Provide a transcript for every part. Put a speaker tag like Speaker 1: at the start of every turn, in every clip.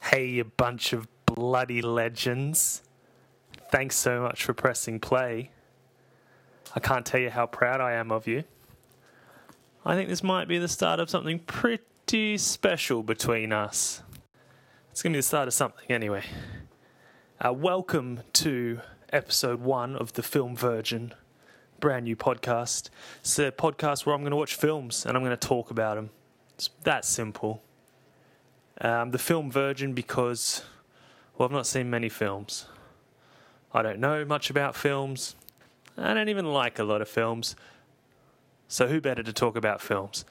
Speaker 1: Hey, you bunch of bloody legends. Thanks so much for pressing play. I can't tell you how proud I am of you. I think this might be the start of something pretty special between us. It's going to be the start of something, anyway. Uh, welcome to episode one of The Film Virgin, brand new podcast. It's a podcast where I'm going to watch films and I'm going to talk about them. It's that simple. Um, the film Virgin because, well, I've not seen many films. I don't know much about films. I don't even like a lot of films. So, who better to talk about films?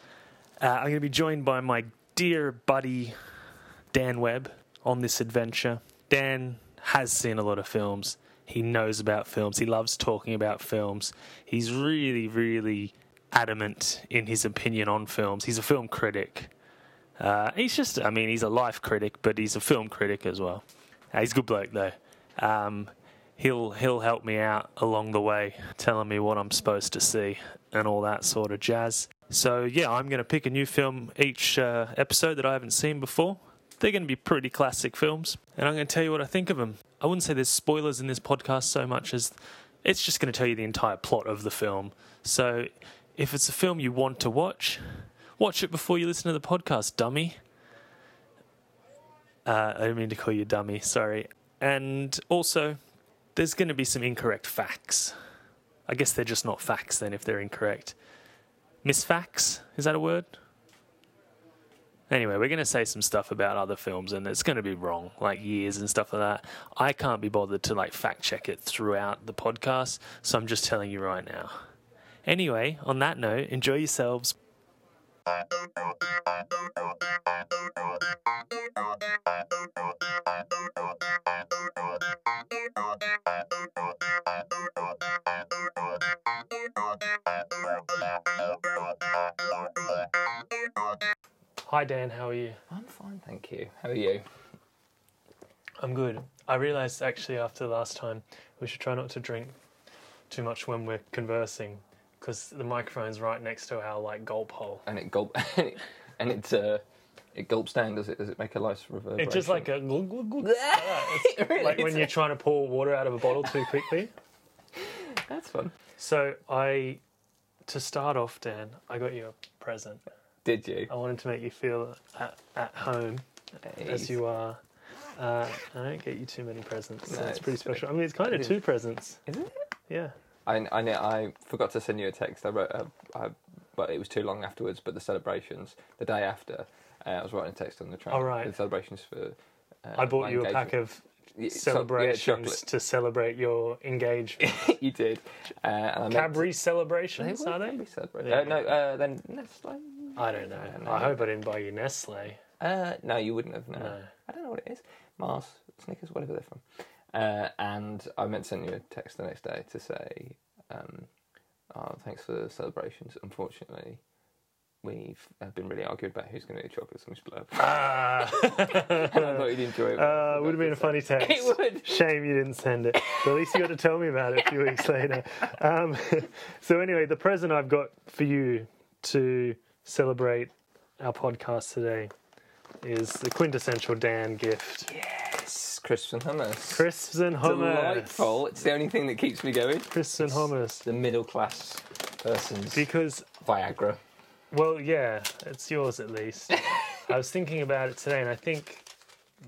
Speaker 1: Uh, I'm going to be joined by my dear buddy, Dan Webb, on this adventure. Dan has seen a lot of films. He knows about films. He loves talking about films. He's really, really adamant in his opinion on films. He's a film critic. Uh, he's just, I mean, he's a life critic, but he's a film critic as well. Uh, he's a good bloke though. Um, he'll he'll help me out along the way, telling me what I'm supposed to see and all that sort of jazz. So yeah, I'm going to pick a new film each uh, episode that I haven't seen before. They're going to be pretty classic films, and I'm going to tell you what I think of them. I wouldn't say there's spoilers in this podcast so much as it's just going to tell you the entire plot of the film. So if it's a film you want to watch, watch it before you listen to the podcast, dummy. Uh, I didn't mean to call you dummy, sorry. And also, there's going to be some incorrect facts. I guess they're just not facts then if they're incorrect. Misfacts? Is that a word? Anyway, we're going to say some stuff about other films and it's going to be wrong, like years and stuff like that. I can't be bothered to like fact check it throughout the podcast, so I'm just telling you right now. Anyway, on that note, enjoy yourselves. Hi Dan, how are you?
Speaker 2: I'm fine, thank you. How are you?
Speaker 1: I'm good. I realised actually after last time we should try not to drink too much when we're conversing because the microphone's right next to our like gulp hole.
Speaker 2: And it gulp, and it, and it, uh, it gulps down. Does it? Does it make a nice reverberation?
Speaker 1: It's just like a glug, glug, glug, like that. It's
Speaker 2: Really?
Speaker 1: like when you're trying to pour water out of a bottle too quickly.
Speaker 2: That's fun.
Speaker 1: So I, to start off, Dan, I got you a present.
Speaker 2: Did you?
Speaker 1: I wanted to make you feel at, at home as
Speaker 2: Jeez.
Speaker 1: you are. Uh, I don't get you too many presents, so
Speaker 2: No,
Speaker 1: it's pretty
Speaker 2: it's pretty-
Speaker 1: special. I mean, it's kind of
Speaker 2: it is.
Speaker 1: two presents.
Speaker 2: Isn't it?
Speaker 1: Yeah.
Speaker 2: I, I, know- I forgot to send you a text. I wrote, uh, I, well, it was too long afterwards, but the celebrations, the day after, uh, I was writing a text on the train.
Speaker 1: All Oh, right.
Speaker 2: The celebrations for. Uh,
Speaker 1: I bought
Speaker 2: my
Speaker 1: you a pack
Speaker 2: engagement.
Speaker 1: of
Speaker 2: Y- so- yeah,
Speaker 1: celebrations to celebrate your engagement.
Speaker 2: chocolate. you did. Uh, and I meant-
Speaker 1: Cadbury
Speaker 2: They
Speaker 1: celebrations,
Speaker 2: were
Speaker 1: are they?
Speaker 2: Cadbury celebrations.
Speaker 1: There
Speaker 2: Uh,
Speaker 1: you
Speaker 2: no, uh, then Nestle.
Speaker 1: I don't know.
Speaker 2: no.
Speaker 1: I hope I didn't buy you Nestle.
Speaker 2: Uh, no, you wouldn't have known.
Speaker 1: No.
Speaker 2: I don't know what it is. Mars, Snickers, whatever they're from. Uh, and I meant to send you a text the next day to say, um, oh, thanks for the celebrations. Unfortunately, we've uh, been really argued about who's going to eat chocolates and blurb.
Speaker 1: Ah,
Speaker 2: and I thought you'd enjoy it.
Speaker 1: uh, would have been a funny text.
Speaker 2: It would.
Speaker 1: Shame you didn't send it. But at least you got to tell me about it a few weeks later. Um, so anyway, the present I've got for you to celebrate our podcast today is the quintessential Dan gift:
Speaker 2: Yes, crisps and hummus.
Speaker 1: crisps and hummus.
Speaker 2: Delightful. It's the only thing that keeps me going.
Speaker 1: Crisps and hummus.
Speaker 2: The middle class person's
Speaker 1: Because
Speaker 2: Viagra.
Speaker 1: Well, yeah, it's yours at least. I was thinking about it today, and I think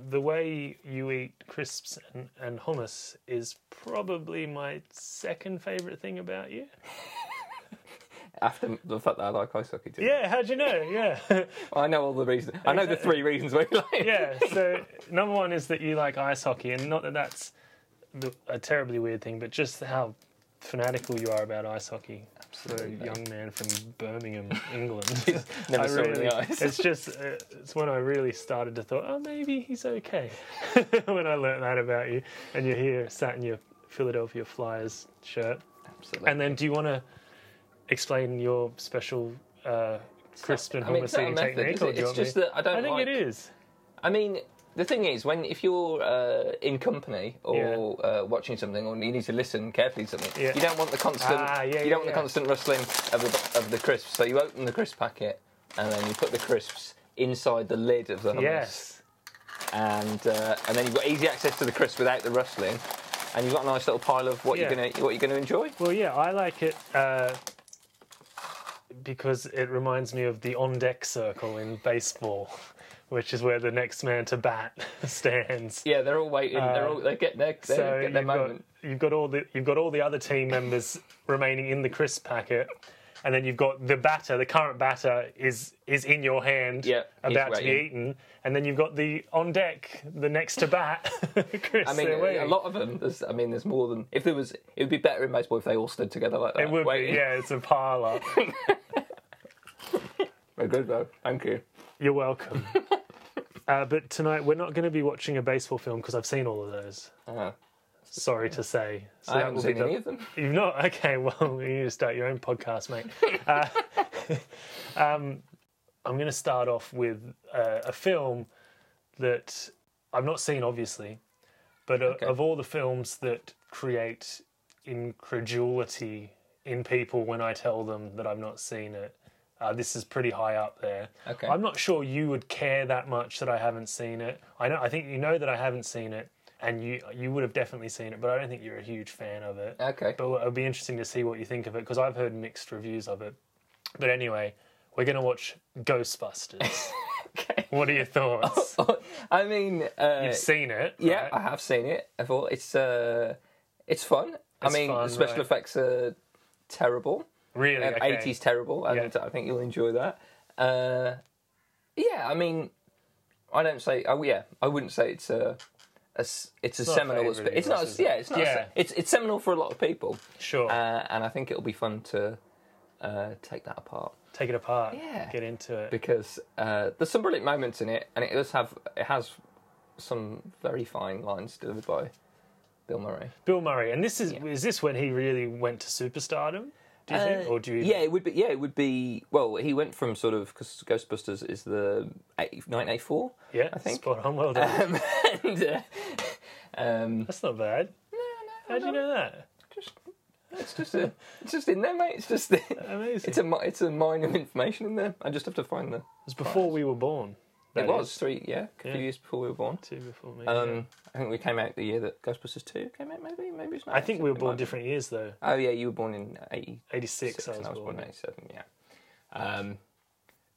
Speaker 1: the way you eat crisps and, and hummus is probably my second favourite thing about you.
Speaker 2: After the fact that I like ice hockey too.
Speaker 1: Yeah, how'd you know? Yeah.
Speaker 2: I know all the reasons. I know the three reasons why you like it.
Speaker 1: yeah, so number one is that you like ice hockey, and not that that's the- a terribly weird thing, but just how fanatical you are about ice hockey. For a
Speaker 2: Absolutely.
Speaker 1: young man from Birmingham, England.
Speaker 2: Never
Speaker 1: I
Speaker 2: saw it in
Speaker 1: really-
Speaker 2: the eyes.
Speaker 1: It's just, uh, it's when I really started to thought, oh, maybe he's okay. when I learnt that about you, and you're here sat in your Philadelphia Flyers shirt.
Speaker 2: Absolutely.
Speaker 1: And then, do you want to explain your special uh, crisp and
Speaker 2: I mean,
Speaker 1: hummus
Speaker 2: it's not a
Speaker 1: eating
Speaker 2: method,
Speaker 1: technique?
Speaker 2: is it?
Speaker 1: or do you
Speaker 2: It's
Speaker 1: want me-
Speaker 2: just that I don't
Speaker 1: I think
Speaker 2: like,
Speaker 1: it is.
Speaker 2: I mean, the thing is, when if you're uh, in company or uh, watching something, or you need to listen carefully to something,
Speaker 1: Yeah.
Speaker 2: you don't want the constant.
Speaker 1: Ah, yeah,
Speaker 2: you
Speaker 1: yeah,
Speaker 2: don't want
Speaker 1: yeah.
Speaker 2: the constant rustling of the, of the crisps. So you open the crisp packet, and then you put the crisps inside the lid of the hummus,
Speaker 1: Yes.
Speaker 2: and uh, and then you've got easy access to the crisps without the rustling, and you've got a nice little pile of what
Speaker 1: Yeah.
Speaker 2: you're gonna what you're gonna enjoy.
Speaker 1: Well, yeah, I like it uh, because it reminds me of the on deck circle in baseball, which is where the next man to bat stands.
Speaker 2: Yeah, they're all waiting. they're all they get their they
Speaker 1: Uh, So
Speaker 2: get their
Speaker 1: you've got,
Speaker 2: moment.
Speaker 1: you've got all the you've got all the other team members remaining in the crisp packet, and then you've got the batter, the current batter is is in your hand,
Speaker 2: Yeah, he's
Speaker 1: about to be
Speaker 2: waiting.
Speaker 1: eaten, and then you've got the on deck, the next to bat, Chris.
Speaker 2: I mean,
Speaker 1: they're
Speaker 2: a
Speaker 1: waiting.
Speaker 2: lot of them. There's, I mean, there's more than if there was. It would be better in baseball if they all stood together like that.
Speaker 1: It would
Speaker 2: waiting.
Speaker 1: be, yeah, it's a pile up.
Speaker 2: Very good though. Thank you.
Speaker 1: You're welcome. uh, but tonight we're not going to be watching a baseball film because I've seen all of those.
Speaker 2: Uh,
Speaker 1: Sorry to say. So
Speaker 2: I haven't seen
Speaker 1: the-
Speaker 2: any of them.
Speaker 1: You've not? Okay, well, you need to start your own podcast, mate. Uh, um, I'm going to start off with uh, a film that I've not seen, obviously, but uh, of all the films that create incredulity in people when I tell them that I've not seen it, uh, this is pretty high up there.
Speaker 2: Okay.
Speaker 1: I'm not sure you would care that much that I haven't seen it. I know. I think you know that I haven't seen it, and you you would have definitely seen it, but I don't think you're a huge fan of it.
Speaker 2: Okay.
Speaker 1: But it'll be interesting to see what you think of it because I've heard mixed reviews of it. But anyway, we're going to watch Ghostbusters.
Speaker 2: Okay.
Speaker 1: what are your thoughts?
Speaker 2: I mean, uh,
Speaker 1: You've seen it.
Speaker 2: yeah,
Speaker 1: right?
Speaker 2: I have seen it. I thought it's uh, it's fun. I
Speaker 1: It's
Speaker 2: mean,
Speaker 1: fun,
Speaker 2: the special
Speaker 1: right.
Speaker 2: effects are terrible.
Speaker 1: Really?
Speaker 2: Um,
Speaker 1: okay.
Speaker 2: 80s terrible, and I think you'll enjoy that. Uh, yeah, I mean, I don't say. Oh, yeah, I wouldn't say it's a. a s- it's a
Speaker 1: not a
Speaker 2: seminal.
Speaker 1: favourite
Speaker 2: expe- It's not.
Speaker 1: of yours,
Speaker 2: a-
Speaker 1: is it?
Speaker 2: Yeah, it's not. a se-
Speaker 1: Yeah.
Speaker 2: it's it's seminal for a lot of people,
Speaker 1: Sure.
Speaker 2: uh, and I think it'll be fun to uh, take that apart
Speaker 1: Take it apart.
Speaker 2: yeah.
Speaker 1: Get into it.
Speaker 2: because uh, there's some brilliant moments in it, and it does have it has some very fine lines delivered by Bill Murray.
Speaker 1: Bill Murray, and this is is this when he really went to superstardom? Do you think,
Speaker 2: Uh,
Speaker 1: or do you?
Speaker 2: Yeah, it would be. Yeah, it would be. Well, he went from sort of because Ghostbusters is the eight, 984,
Speaker 1: yeah.
Speaker 2: I think.
Speaker 1: Spot on. Well done.
Speaker 2: um, and uh, um,
Speaker 1: That's not bad.
Speaker 2: no,
Speaker 1: How do
Speaker 2: no,
Speaker 1: you
Speaker 2: no,
Speaker 1: know that?
Speaker 2: just it's just a, it's just in there, mate. It's just the,
Speaker 1: Amazing.
Speaker 2: it's a mi- it's a mine of information in there. I just have to find the.
Speaker 1: It was before we were born.
Speaker 2: It
Speaker 1: That
Speaker 2: was
Speaker 1: is.
Speaker 2: three, yeah, a few
Speaker 1: Yeah.
Speaker 2: years before we were born.
Speaker 1: two before me.
Speaker 2: Um,
Speaker 1: yeah.
Speaker 2: I think we came out the year that Ghostbusters two came out. Maybe, maybe it's not.
Speaker 1: I think we were born
Speaker 2: It might-
Speaker 1: different years though.
Speaker 2: Oh yeah, you were born in eighty
Speaker 1: Eighty six.
Speaker 2: six,
Speaker 1: I
Speaker 2: and
Speaker 1: was born.
Speaker 2: in eighty seven. Yeah, um,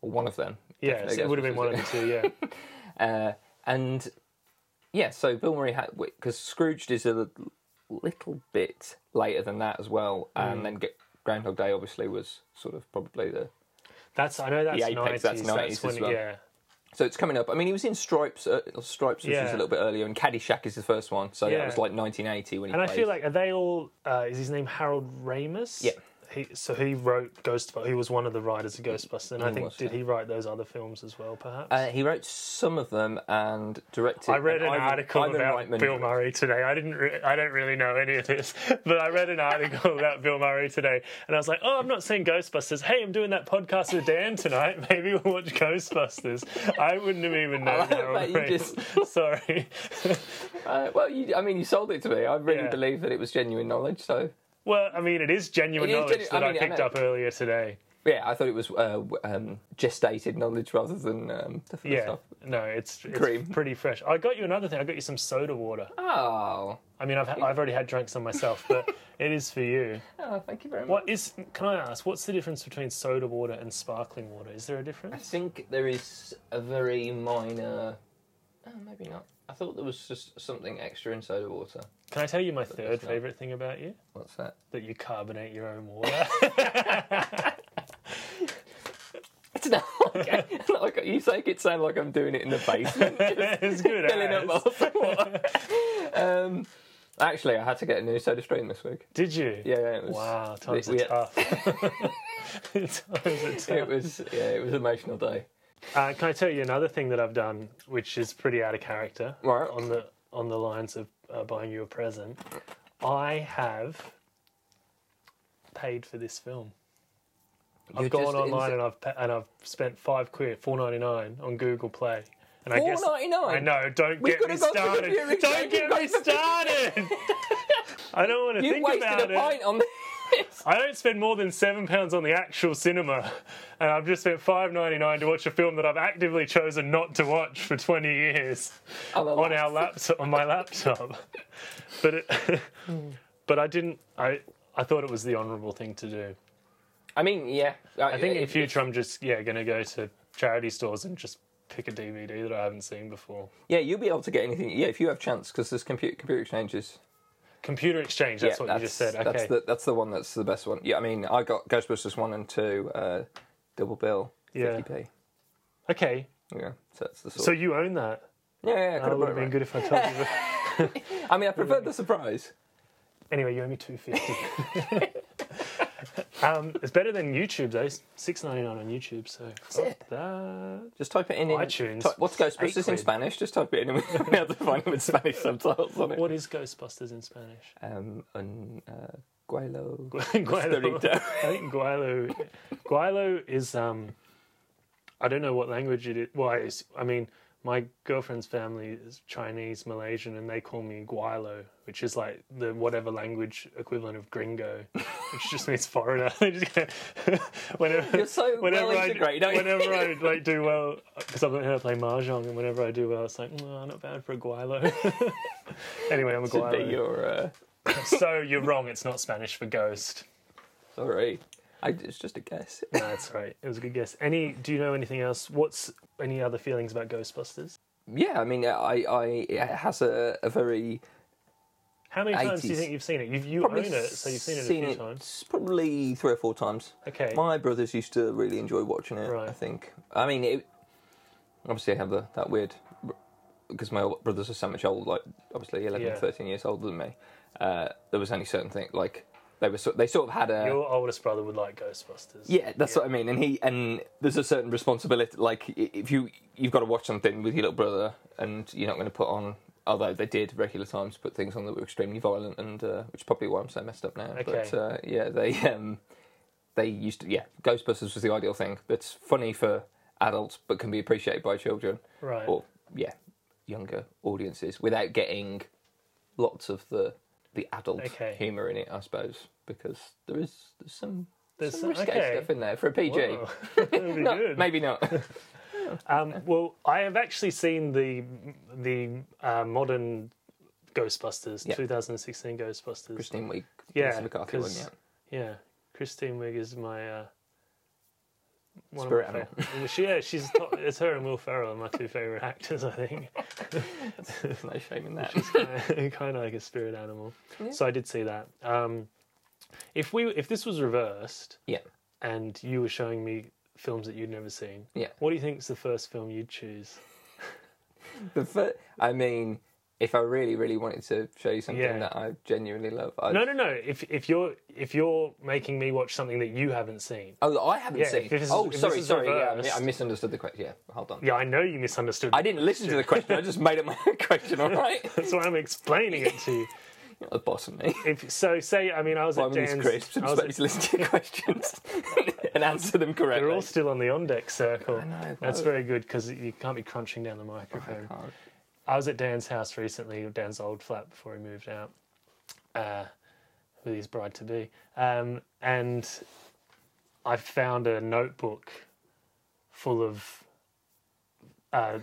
Speaker 2: or one of them.
Speaker 1: Yeah,
Speaker 2: Definitely
Speaker 1: so it would have been
Speaker 2: Ghostbusters
Speaker 1: one of the two. Yeah.
Speaker 2: Uh, and yeah, so Bill Murray had because Scrooged is a l- little bit later than that as well,
Speaker 1: Mm.
Speaker 2: and then G- Groundhog Day obviously was sort of probably the
Speaker 1: That's I know that's
Speaker 2: The Apex, that's
Speaker 1: 90s,
Speaker 2: 90s
Speaker 1: when
Speaker 2: as well.
Speaker 1: yeah.
Speaker 2: so it's coming up. I mean, he was in Stripes, uh, Stripes, which
Speaker 1: Yeah.
Speaker 2: was a little bit earlier, and Caddyshack is the first one, so
Speaker 1: Yeah.
Speaker 2: that was like 1980 when he
Speaker 1: And I
Speaker 2: played.
Speaker 1: feel like are they all? Uh, is his name Harold Ramis?
Speaker 2: Yeah.
Speaker 1: He, so he wrote Ghostbusters. He was one of the writers of Ghostbusters, and I
Speaker 2: He
Speaker 1: think
Speaker 2: was,
Speaker 1: did
Speaker 2: yeah.
Speaker 1: he write those other films as well? Perhaps.
Speaker 2: Uh, he wrote some of them and directed.
Speaker 1: I read
Speaker 2: and
Speaker 1: an
Speaker 2: Ivan-
Speaker 1: article
Speaker 2: Ivan
Speaker 1: about
Speaker 2: Reitman-
Speaker 1: Bill Murray today. I didn't. Re- I don't really know any of this, but I read an article about Bill Murray today, and I was like, "Oh, I'm not seeing Ghostbusters. Hey, I'm doing that podcast with Dan tonight. Maybe we'll watch Ghostbusters." I wouldn't have even known.
Speaker 2: like
Speaker 1: Harold
Speaker 2: that you
Speaker 1: Ramis. Sorry.
Speaker 2: Uh, well, you, I mean, you sold it to me. I really
Speaker 1: Yeah.
Speaker 2: believe that it was genuine knowledge. So
Speaker 1: well, I mean, it is genuine
Speaker 2: It is
Speaker 1: knowledge
Speaker 2: genu-
Speaker 1: that
Speaker 2: I
Speaker 1: I,
Speaker 2: mean, I
Speaker 1: picked
Speaker 2: know.
Speaker 1: up earlier today.
Speaker 2: yeah, I thought it was uh, w- um, gestated knowledge rather than um, the first
Speaker 1: Yeah.
Speaker 2: stuff.
Speaker 1: No, it's, it's
Speaker 2: Cream.
Speaker 1: pretty fresh. I got you another thing. I got you some soda water.
Speaker 2: Oh,
Speaker 1: I mean, I've ha- I've already had drinks on myself, but it is for you.
Speaker 2: oh thank you very much.
Speaker 1: What is? Can I ask? What's the difference between soda water and sparkling water? Is there a
Speaker 2: I
Speaker 1: difference?
Speaker 2: think there is a very minor. Oh, maybe not. I thought there was just something extra in soda water.
Speaker 1: Can I tell you my third
Speaker 2: there's not.
Speaker 1: favorite thing about you?
Speaker 2: What's that?
Speaker 1: That you carbonate your own water.
Speaker 2: It's not okay. like you make it sound like I'm doing it in the basement,
Speaker 1: it's good.
Speaker 2: filling up
Speaker 1: as.
Speaker 2: bottles of water. um, actually, I had to get a new soda stream this week.
Speaker 1: Did you?
Speaker 2: Yeah, yeah, it was.
Speaker 1: Wow, times
Speaker 2: we-
Speaker 1: are tough. times are tough.
Speaker 2: It was yeah, it was an emotional day.
Speaker 1: Uh, can I tell you another thing that I've done, which is pretty out of character,
Speaker 2: Right.
Speaker 1: on the on the lines of uh, buying you a present? I have paid for this film. I've
Speaker 2: You're
Speaker 1: gone
Speaker 2: just
Speaker 1: online
Speaker 2: ins-
Speaker 1: and I've pa- and I've spent five quid, four ninety nine on Google Play, And I guess
Speaker 2: $4.99?
Speaker 1: I know. Don't
Speaker 2: We
Speaker 1: get me
Speaker 2: could've gone for the
Speaker 1: started.
Speaker 2: Pyrrhic
Speaker 1: Don't get me
Speaker 2: Dragon.
Speaker 1: started. I don't want to
Speaker 2: You
Speaker 1: think about
Speaker 2: wasted a
Speaker 1: it.
Speaker 2: pint on this.
Speaker 1: I don't spend more than seven pounds on the actual cinema, and I've just spent five ninety nine to watch a film that I've actively chosen not to watch for twenty years
Speaker 2: On a
Speaker 1: on our laptop on my laptop. But it, but I didn't. I I thought it was the honourable thing to do.
Speaker 2: I mean, yeah.
Speaker 1: I think in future I'm just yeah going to go to charity stores and just pick a DVD that I haven't seen before.
Speaker 2: Yeah, you'll be able to get anything. Yeah, if you have chance, because there's computer computer exchanges.
Speaker 1: Computer Exchange. That's
Speaker 2: yeah,
Speaker 1: what you just said. Okay.
Speaker 2: That's the, that's the one that's the best one. Yeah, I mean, I got Ghostbusters one and two, uh, double bill,
Speaker 1: Yeah.
Speaker 2: 50p.
Speaker 1: okay.
Speaker 2: Yeah, so that's the sort.
Speaker 1: So you own that.
Speaker 2: yeah, yeah, I could
Speaker 1: That
Speaker 2: have
Speaker 1: would have been good if I told you. that.
Speaker 2: I mean, I preferred the surprise.
Speaker 1: Anyway, you owe me two fifty. um, it's better than YouTube though. Six ninety nine on YouTube. So fuck
Speaker 2: it.
Speaker 1: that.
Speaker 2: Just type it in. in
Speaker 1: iTunes.
Speaker 2: Type, what's
Speaker 1: Eight
Speaker 2: Ghostbusters in
Speaker 1: quid.
Speaker 2: Spanish? Just type it in, and we'll be able to find them with Spanish subtitles on it.
Speaker 1: What is Ghostbusters in Spanish?
Speaker 2: Um, un uh, guaylo.
Speaker 1: Guaylo.
Speaker 2: Guaylo.
Speaker 1: I think Guaylo. Guaylo is. Um, I don't know what language it is. Well, it's, I mean, my girlfriend's family is Chinese, Malaysian, and they call me Guaylo, which is like the whatever language equivalent of gringo, which just means foreigner. They just go- whenever,
Speaker 2: You're so
Speaker 1: whenever
Speaker 2: well
Speaker 1: I,
Speaker 2: integrated, aren't you?
Speaker 1: whenever I like do well, because I've learned how to play mahjong, and whenever I do well, it's like, no, not bad for a Guaylo. anyway, I'm a
Speaker 2: Should be
Speaker 1: Guaylo.
Speaker 2: your. Uh,
Speaker 1: So you're wrong. It's not Spanish for ghost.
Speaker 2: sorry, I, it's just a guess.
Speaker 1: No, that's right. It was a good guess. Any? Do you know anything else? What's any other feelings about Ghostbusters?
Speaker 2: Yeah, I mean, uh, I, I it has a, a very
Speaker 1: How many times do you
Speaker 2: 80s.
Speaker 1: think you've seen it? You've, you
Speaker 2: probably
Speaker 1: own it, so you've seen it a
Speaker 2: seen
Speaker 1: few
Speaker 2: it
Speaker 1: times.
Speaker 2: Probably three or four times.
Speaker 1: Okay.
Speaker 2: My brothers used to really enjoy watching it.
Speaker 1: Right.
Speaker 2: I think. I mean, it, obviously, I have the, that weird because my ol- brothers are so much older, like obviously 11,
Speaker 1: Yeah.
Speaker 2: 13 years older than me. Uh, there was only certain things like they were. sort they sort of had a.
Speaker 1: Your oldest brother would like Ghostbusters.
Speaker 2: uh, Yeah, that's what I mean. And he and there's a certain responsibility. Like i- if you you've got to watch something with your little brother, and you're not going to put on. Although they did regular times put things on that were extremely violent, and uh, which is probably why I'm so messed up now. But
Speaker 1: Okay.
Speaker 2: uh, yeah, they um, they used to. Yeah, Ghostbusters was the ideal thing. That's funny for adults, but can be appreciated by children
Speaker 1: Right.
Speaker 2: or yeah, younger audiences without getting lots of the the adult
Speaker 1: Okay.
Speaker 2: humour in it, I suppose, because there is there's some
Speaker 1: There's
Speaker 2: some
Speaker 1: some-
Speaker 2: risque
Speaker 1: okay.
Speaker 2: stuff in there for a PG.
Speaker 1: Wow. That'd be
Speaker 2: No,
Speaker 1: good.
Speaker 2: maybe not.
Speaker 1: Um, well, I have actually seen the the uh, modern Ghostbusters,
Speaker 2: Yeah.
Speaker 1: 2016 Ghostbusters.
Speaker 2: Christine Week,
Speaker 1: Yeah,
Speaker 2: Melissa McCarthy one,
Speaker 1: 'cause-
Speaker 2: yeah.
Speaker 1: Yeah, Christine Wigg is my uh, one
Speaker 2: Spirit
Speaker 1: of my favorite. she, yeah, she's top, it's her and Will Ferrell are my two favorite actors. I think
Speaker 2: There's no shame in that.
Speaker 1: kind of like a spirit animal. So I did see that. Um, if we if this was reversed
Speaker 2: yeah,
Speaker 1: and you were showing me films that you'd never seen,
Speaker 2: yeah.
Speaker 1: what do you think's the first film you'd choose?
Speaker 2: The fir- I mean, if I really, really wanted to show you something
Speaker 1: Yeah.
Speaker 2: that I genuinely love, I,
Speaker 1: No, no, no. If if you're if you're making me watch something that you haven't seen,
Speaker 2: oh, I haven't
Speaker 1: Yeah,
Speaker 2: seen.
Speaker 1: if this is-
Speaker 2: oh,
Speaker 1: if this
Speaker 2: sorry,
Speaker 1: is
Speaker 2: sorry. Yeah, I mi- I
Speaker 1: reversed-
Speaker 2: misunderstood the question. Yeah, hold on.
Speaker 1: yeah, I know you misunderstood.
Speaker 2: I didn't listen to the question. I just made up my own question. All right,
Speaker 1: That's why I'm explaining it to you.
Speaker 2: You're not the boss of me.
Speaker 1: If so, say I mean I was
Speaker 2: Well,
Speaker 1: at
Speaker 2: I mean, it's
Speaker 1: Dan's.
Speaker 2: crisps. I'm
Speaker 1: I was
Speaker 2: supposed
Speaker 1: at,
Speaker 2: to listen to your questions and answer them correctly.
Speaker 1: they're all still on the on deck circle.
Speaker 2: know,
Speaker 1: That's
Speaker 2: but-
Speaker 1: very good because you can't be crunching down the microphone.
Speaker 2: Can't.
Speaker 1: I was at Dan's house recently, Dan's old flat before he moved out, uh, with his bride to be, um, and I found a notebook full of uh,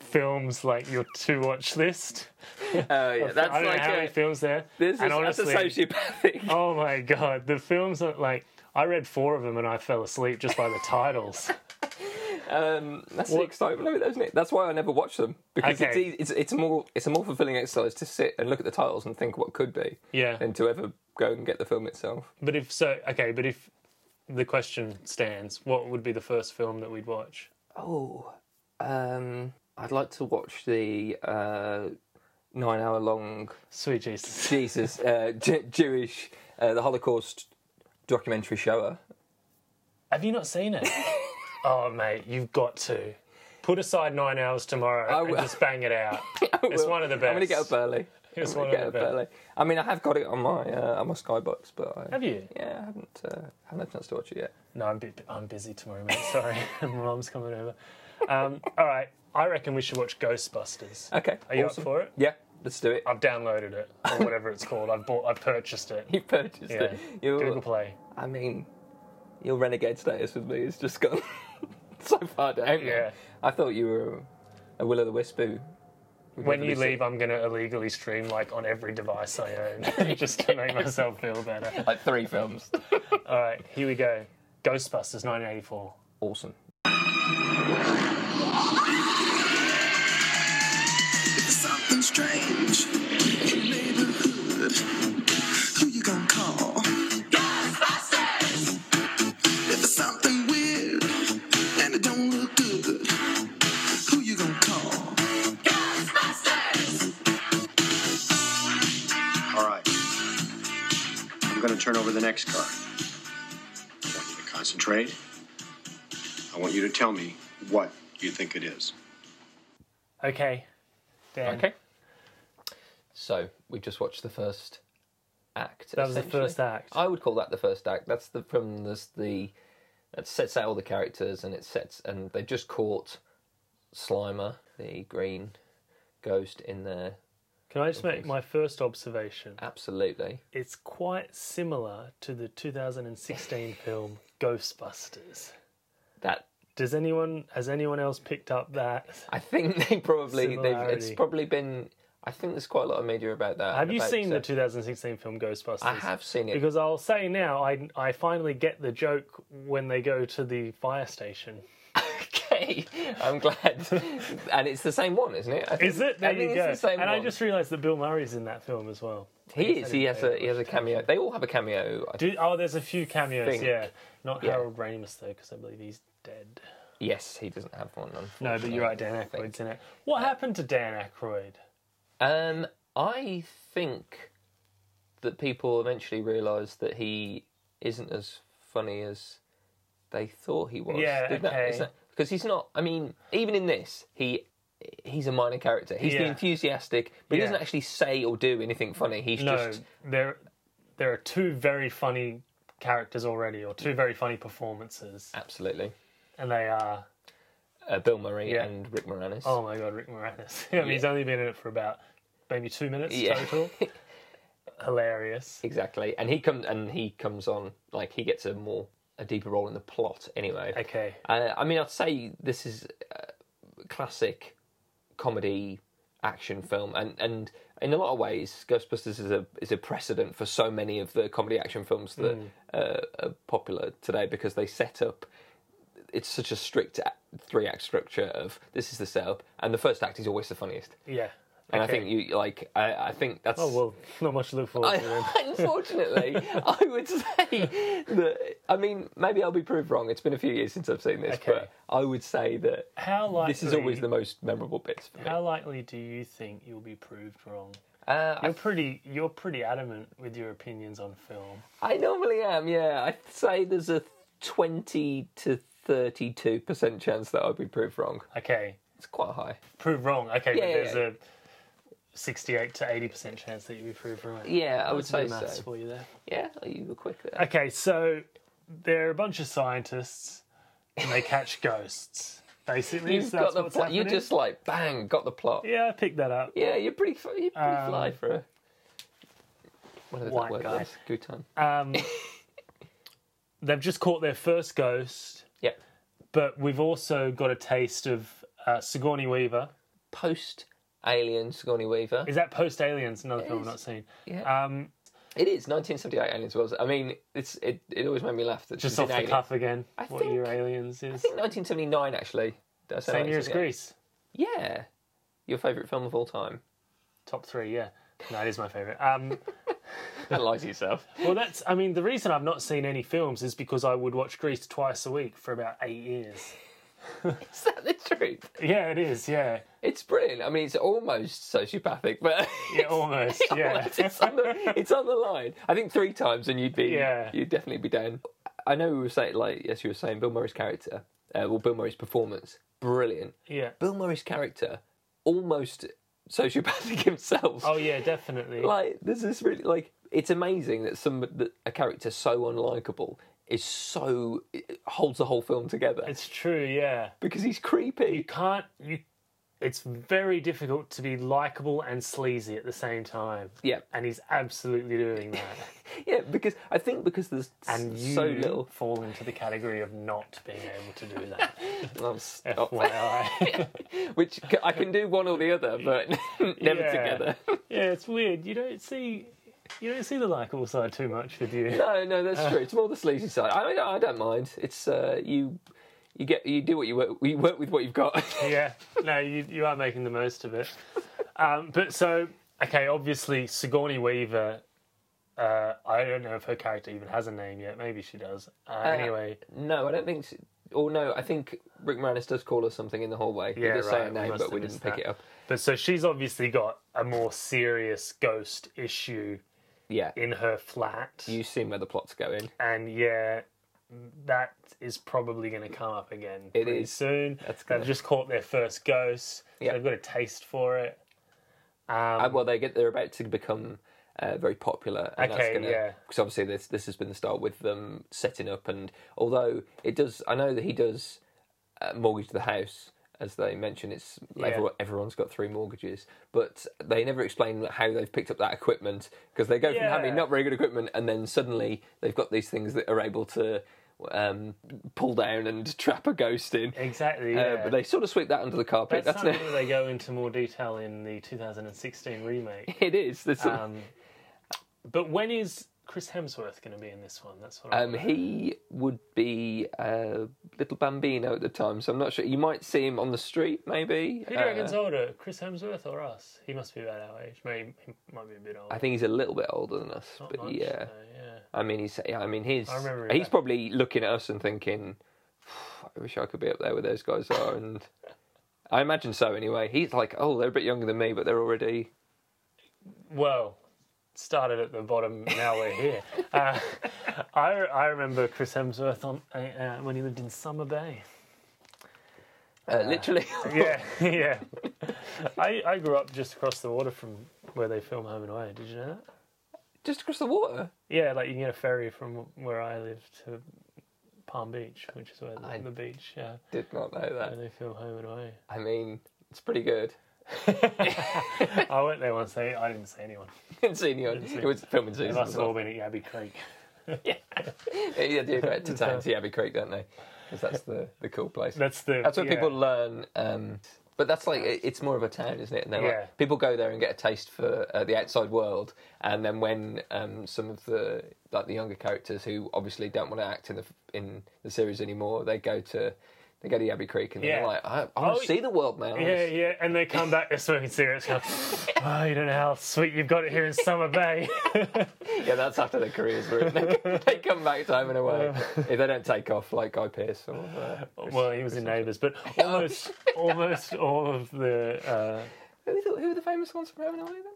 Speaker 1: films like your to watch list.
Speaker 2: Oh, yeah,
Speaker 1: I
Speaker 2: that's
Speaker 1: don't
Speaker 2: like
Speaker 1: know how many
Speaker 2: a,
Speaker 1: films there.
Speaker 2: this is
Speaker 1: and
Speaker 2: that's a
Speaker 1: honestly,
Speaker 2: sociopathic.
Speaker 1: oh my god, the films are like I read four of them and I fell asleep just by the titles.
Speaker 2: Um, that's the excitement of it, isn't it? That's why I never watch them because it's,
Speaker 1: Okay.
Speaker 2: easy, it's it's a more it's a more fulfilling exercise to sit and look at the titles and think what could be
Speaker 1: Yeah.
Speaker 2: than to ever go and get the film itself.
Speaker 1: But if so, okay. But if the question stands, what would be the first film that we'd watch?
Speaker 2: Oh, um, I'd like to watch the uh, nine-hour-long
Speaker 1: Sweet Jesus.
Speaker 2: Jesus uh, J- Jewish uh, the Holocaust documentary shower.
Speaker 1: Have you not seen it? oh, mate, you've got to. Put aside nine hours tomorrow
Speaker 2: will.
Speaker 1: and just bang it out. it's
Speaker 2: Well,
Speaker 1: one of the best.
Speaker 2: I'm going to get up early.
Speaker 1: It's
Speaker 2: I'm gonna
Speaker 1: one of
Speaker 2: get
Speaker 1: the
Speaker 2: up
Speaker 1: best.
Speaker 2: early. I mean, I have got it on my uh, on my Skybox, but I,
Speaker 1: Have you?
Speaker 2: yeah, I haven't uh, haven't had a chance to watch it yet.
Speaker 1: No, I'm, bu- I'm busy tomorrow, mate. Sorry, my mum's coming over. Um, all right, I reckon we should watch Ghostbusters.
Speaker 2: Okay.
Speaker 1: Are you
Speaker 2: awesome.
Speaker 1: up for it? Uh,
Speaker 2: Yeah, let's do it.
Speaker 1: I've downloaded it or whatever it's called. I've bought. I've purchased it.
Speaker 2: You purchased
Speaker 1: Yeah.
Speaker 2: it. You're,
Speaker 1: Google Play.
Speaker 2: I mean, your renegade status with me is just gone so far down.
Speaker 1: Yeah.
Speaker 2: I thought you were a will o' the wisp who. would
Speaker 1: When you
Speaker 2: never be
Speaker 1: leave, I'm going to illegally stream like on every device I own, just to make myself feel better.
Speaker 2: seen. Like three films.
Speaker 1: All right, here we go. Ghostbusters 1984.
Speaker 2: awesome.
Speaker 3: It's something strange in your neighborhood. Who you gonna call? Ghostbusters! If it's something weird and it don't look good, who you gonna call?
Speaker 4: All right. I'm going to turn over the next card. I want you to concentrate. I want you to tell me what you think it is.
Speaker 1: Okay. Dan,
Speaker 2: Okay. So we just watched the first act.
Speaker 1: That was the
Speaker 2: essentially.
Speaker 1: first act.
Speaker 2: I would call that the first act. That's the from this the that sets out all the characters and it sets and they just caught Slimer, the green ghost, in there.
Speaker 1: Can I just make my first observation?
Speaker 2: Absolutely.
Speaker 1: It's quite similar to the 2016 film Ghostbusters.
Speaker 2: That
Speaker 1: Does anyone has anyone else picked up that?
Speaker 2: I think they probably they've, it's
Speaker 1: Similarity.
Speaker 2: probably been. I think there's quite a lot of media about that.
Speaker 1: Have you
Speaker 2: about
Speaker 1: seen the
Speaker 2: sex.
Speaker 1: 2016 film Ghostbusters?
Speaker 2: I have seen it.
Speaker 1: Because I'll say now, I I finally get the joke when they go to the fire station.
Speaker 2: Okay, I'm glad. and it's the same one, isn't it? I think-
Speaker 1: Is it? There
Speaker 2: I think
Speaker 1: you
Speaker 2: it's
Speaker 1: go.
Speaker 2: the same
Speaker 1: and I
Speaker 2: one.
Speaker 1: just realised that Bill Murray's in that film as well.
Speaker 2: He is. He has a he has a cameo. They all have a cameo. I-
Speaker 1: Do, oh, there's a few cameos.
Speaker 2: Think.
Speaker 1: Yeah, not
Speaker 2: Yeah.
Speaker 1: Harold Ramis though, because I believe he's dead.
Speaker 2: Yes, he doesn't have one. Unfortunately.
Speaker 1: No, but you're right. Dan Aykroyd's in it. What happened to Dan Aykroyd?
Speaker 2: Um, I think that people eventually realise that he isn't as funny as they thought he was.
Speaker 1: Yeah, okay.
Speaker 2: Because he's not. I mean, even in this, he he's a minor character. He's the
Speaker 1: Yeah.
Speaker 2: enthusiastic, but
Speaker 1: Yeah.
Speaker 2: he doesn't actually say or do anything funny. He's
Speaker 1: No,
Speaker 2: just
Speaker 1: there there are two very funny characters already, or two very funny performances,
Speaker 2: absolutely
Speaker 1: and they are
Speaker 2: uh, Bill Murray
Speaker 1: Yeah.
Speaker 2: and Rick Moranis.
Speaker 1: oh my god, Rick Moranis. I mean, he's only been in it for about maybe two minutes
Speaker 2: Yeah.
Speaker 1: total. Hilarious.
Speaker 2: Exactly, and he comes and he comes on like he gets a more a deeper role in the plot anyway.
Speaker 1: Okay.
Speaker 2: Uh, I mean, I'd say this is a classic comedy action film, and, and in a lot of ways, Ghostbusters is a is a precedent for so many of the comedy action films that
Speaker 1: Mm.
Speaker 2: uh, are popular today because they set up. It's such a strict three act structure of this is the setup, and the first act is always the funniest.
Speaker 1: Yeah.
Speaker 2: And
Speaker 1: Okay.
Speaker 2: I think you like I, I think that's
Speaker 1: Oh well, not much to look forward to. Then.
Speaker 2: I, unfortunately, I would say that. I mean, maybe I'll be proved wrong. It's been a few years since I've seen this,
Speaker 1: Okay.
Speaker 2: but I would say that
Speaker 1: How likely?
Speaker 2: this is always the most memorable bits for me.
Speaker 1: How likely do you think you'll be proved wrong?
Speaker 2: Uh, I,
Speaker 1: You're pretty. You're pretty adamant with your opinions on film.
Speaker 2: I normally am. Yeah, I'd say there's a twenty to thirty-two percent chance that I'll be proved wrong.
Speaker 1: Okay,
Speaker 2: It's quite high.
Speaker 1: prove wrong. Okay, but
Speaker 2: Yeah,
Speaker 1: there's
Speaker 2: yeah.
Speaker 1: a sixty-eight to eighty percent chance that you'll be proved right.
Speaker 2: Yeah, I would
Speaker 1: That's a
Speaker 2: say
Speaker 1: bit of maths
Speaker 2: so.
Speaker 1: for you there.
Speaker 2: Yeah, you were quick there.
Speaker 1: Okay, so there are a bunch of scientists, and they catch ghosts. Basically,
Speaker 2: You've
Speaker 1: so that's
Speaker 2: got the
Speaker 1: what's
Speaker 2: plot. You
Speaker 1: happening.
Speaker 2: just like bang, got the plot.
Speaker 1: yeah, I picked that up.
Speaker 2: Yeah, you're pretty, f- you're pretty
Speaker 1: Um,
Speaker 2: fly for a. Whatever
Speaker 1: white
Speaker 2: that word
Speaker 1: guy.
Speaker 2: is, Gutan.
Speaker 1: Um, they've just caught their first ghost,
Speaker 2: Yep.
Speaker 1: but we've also got a taste of uh, Sigourney Weaver.
Speaker 2: post Alien Sigourney Weaver.
Speaker 1: Is that post Aliens? Another film I've
Speaker 2: is.
Speaker 1: not seen.
Speaker 2: Yeah.
Speaker 1: Um,
Speaker 2: It is 1978 Aliens was. I mean, it's it, it always made me laugh that
Speaker 1: just
Speaker 2: she's in
Speaker 1: off the
Speaker 2: Alien.
Speaker 1: cuff again.
Speaker 2: I
Speaker 1: what year
Speaker 2: think-
Speaker 1: Aliens
Speaker 2: I
Speaker 1: is?
Speaker 2: think 1979 actually. Did I say
Speaker 1: Same year as
Speaker 2: 1978?
Speaker 1: Greece.
Speaker 2: Yeah. Your favourite film of all time.
Speaker 1: Top three, yeah. No, it is my favourite. Um,
Speaker 2: Don't lie to yourself.
Speaker 1: well, that's. I mean, the reason I've not seen any films is because I would watch Greece twice a week for about eight years.
Speaker 2: Is that the truth?
Speaker 1: Yeah, it is. Yeah,
Speaker 2: It's brilliant. I mean, it's almost sociopathic, but
Speaker 1: yeah, almost. Yeah,
Speaker 2: it's, on the, it's on the line. I think three times, and you'd be
Speaker 1: Yeah.
Speaker 2: you'd definitely be down. I know we were saying like as you were saying, Bill Murray's character, uh, well, Bill Murray's performance, brilliant.
Speaker 1: yeah.
Speaker 2: Bill Murray's character almost sociopathic himself.
Speaker 1: Oh yeah, definitely.
Speaker 2: Like, this is really like it's amazing that some that a character so unlikable is so it holds the whole film together
Speaker 1: It's true, yeah.
Speaker 2: because he's creepy.
Speaker 1: Can't you? It's very difficult to be likable and sleazy at the same time.
Speaker 2: Yeah,
Speaker 1: And he's absolutely doing that.
Speaker 2: yeah. Because I think because there's
Speaker 1: And you
Speaker 2: so little.
Speaker 1: fall into the category of not being able to do that.
Speaker 2: Oh, stop.
Speaker 1: FYI.
Speaker 2: Which c- I can do one or the other, but never
Speaker 1: Yeah.
Speaker 2: together.
Speaker 1: yeah, it's weird. You don't see you don't see the likable side too much with you.
Speaker 2: no, no, that's true. It's more the sleazy side. I mean, I don't mind. It's uh, you. You get you do what you work. You work with what you've got.
Speaker 1: yeah, no, you, you are making the most of it. Um, but so, okay, obviously Sigourney Weaver. Uh, I don't know if her character even has a name yet. Maybe she does. Uh, anyway,
Speaker 2: no, I don't think. s or no, I think Rick Moranis does call her something in the hallway. he
Speaker 1: Yeah,
Speaker 2: does say
Speaker 1: right,
Speaker 2: her
Speaker 1: we
Speaker 2: name,
Speaker 1: must
Speaker 2: but
Speaker 1: have
Speaker 2: we didn't
Speaker 1: missed
Speaker 2: pick
Speaker 1: that.
Speaker 2: it up.
Speaker 1: but so she's obviously got a more serious ghost issue
Speaker 2: Yeah,
Speaker 1: in her flat,
Speaker 2: you've seen where the plot's going.
Speaker 1: and yeah, that is probably going to come up again
Speaker 2: It
Speaker 1: pretty
Speaker 2: is.
Speaker 1: soon.
Speaker 2: That's
Speaker 1: They've
Speaker 2: gonna-
Speaker 1: just caught their first ghost.
Speaker 2: Yeah.
Speaker 1: They've got a taste for it. Um,
Speaker 2: Uh, well, they get they're about to become uh, very popular. And
Speaker 1: Okay,
Speaker 2: that's gonna,
Speaker 1: yeah.
Speaker 2: Because obviously this this has been the start with them setting up, and although it does, I know that he does uh, mortgage the house. As they mention, it's everyone, everyone's got three mortgages, but they never explain how they've picked up that equipment because they go from having
Speaker 1: Yeah.
Speaker 2: not very good equipment and then suddenly they've got these things that are able to um, pull down and trap a ghost in.
Speaker 1: Exactly.
Speaker 2: Uh,
Speaker 1: yeah.
Speaker 2: but they sort of sweep that under the carpet.
Speaker 1: That's,
Speaker 2: That's,
Speaker 1: something that they go into more detail in the 2016 remake.
Speaker 2: it. It is. There's sort of-
Speaker 1: Um, but when is Chris Hemsworth going to be in this one? That's what I
Speaker 2: Um, he would be a little bambino at the time, so I'm not sure. You might see him on the street, maybe. Uh,
Speaker 1: Who do you reckon's older, Chris Hemsworth or us? He must be about our age. Maybe he might be a bit older.
Speaker 2: I think he's a little bit older than us,
Speaker 1: Not
Speaker 2: but
Speaker 1: much,
Speaker 2: yeah.
Speaker 1: though, yeah.
Speaker 2: I mean, he's. yeah, I mean, he's.
Speaker 1: I remember
Speaker 2: he's
Speaker 1: that.
Speaker 2: probably looking at us and thinking, "I wish I could be up there where those guys are." And I imagine so. Anyway, he's like, "Oh, they're a bit younger than me, but they're already."
Speaker 1: Well, started at the bottom. Now we're here. Uh, I I remember Chris Hemsworth on uh, uh, when he lived in Summer Bay.
Speaker 2: Uh, literally,
Speaker 1: Yeah, yeah. I I grew up just across the water from where they film Home and Away. Did you know that?
Speaker 2: just across the water.
Speaker 1: Yeah, like you can get a ferry from where I live to Palm Beach, which is where the,
Speaker 2: I-
Speaker 1: the beach. Yeah,
Speaker 2: Did not know
Speaker 1: and
Speaker 2: that.
Speaker 1: they film Home and Away.
Speaker 2: I mean, it's pretty good.
Speaker 1: I went there once. They, I didn't see anyone.
Speaker 2: Didn't see anyone. It was filming
Speaker 1: They
Speaker 2: season.
Speaker 1: must
Speaker 2: as
Speaker 1: have
Speaker 2: well.
Speaker 1: all been at Yabby Creek.
Speaker 2: Yeah, yeah, they do go to town to Abbey Creek, don't they? Because that's the, the cool place.
Speaker 1: That's the.
Speaker 2: that's where
Speaker 1: yeah.
Speaker 2: people learn. Um, but that's like it- it's more of a town, isn't it? And they're
Speaker 1: Yeah.
Speaker 2: like, people go there and get a taste for uh, the outside world, and then when um, some of the like the younger characters who obviously don't want to act in the in the series anymore, they go to they go to Abbey Creek and
Speaker 1: Yeah.
Speaker 2: they're like, I, I want
Speaker 1: Oh,
Speaker 2: to see the world now.
Speaker 1: Yeah, yeah, and they come back. They're smoking cigarettes. Go, oh, you don't know how sweet you've got it here in Summer Bay.
Speaker 2: Yeah, that's after their careers were they, they come back time and
Speaker 1: Uh.
Speaker 2: away if they don't take off like Guy Pearce or uh,
Speaker 1: well, he was in Neighbours, but almost, almost all of the uh,
Speaker 2: who, are the- who are the famous ones from Home and Away then?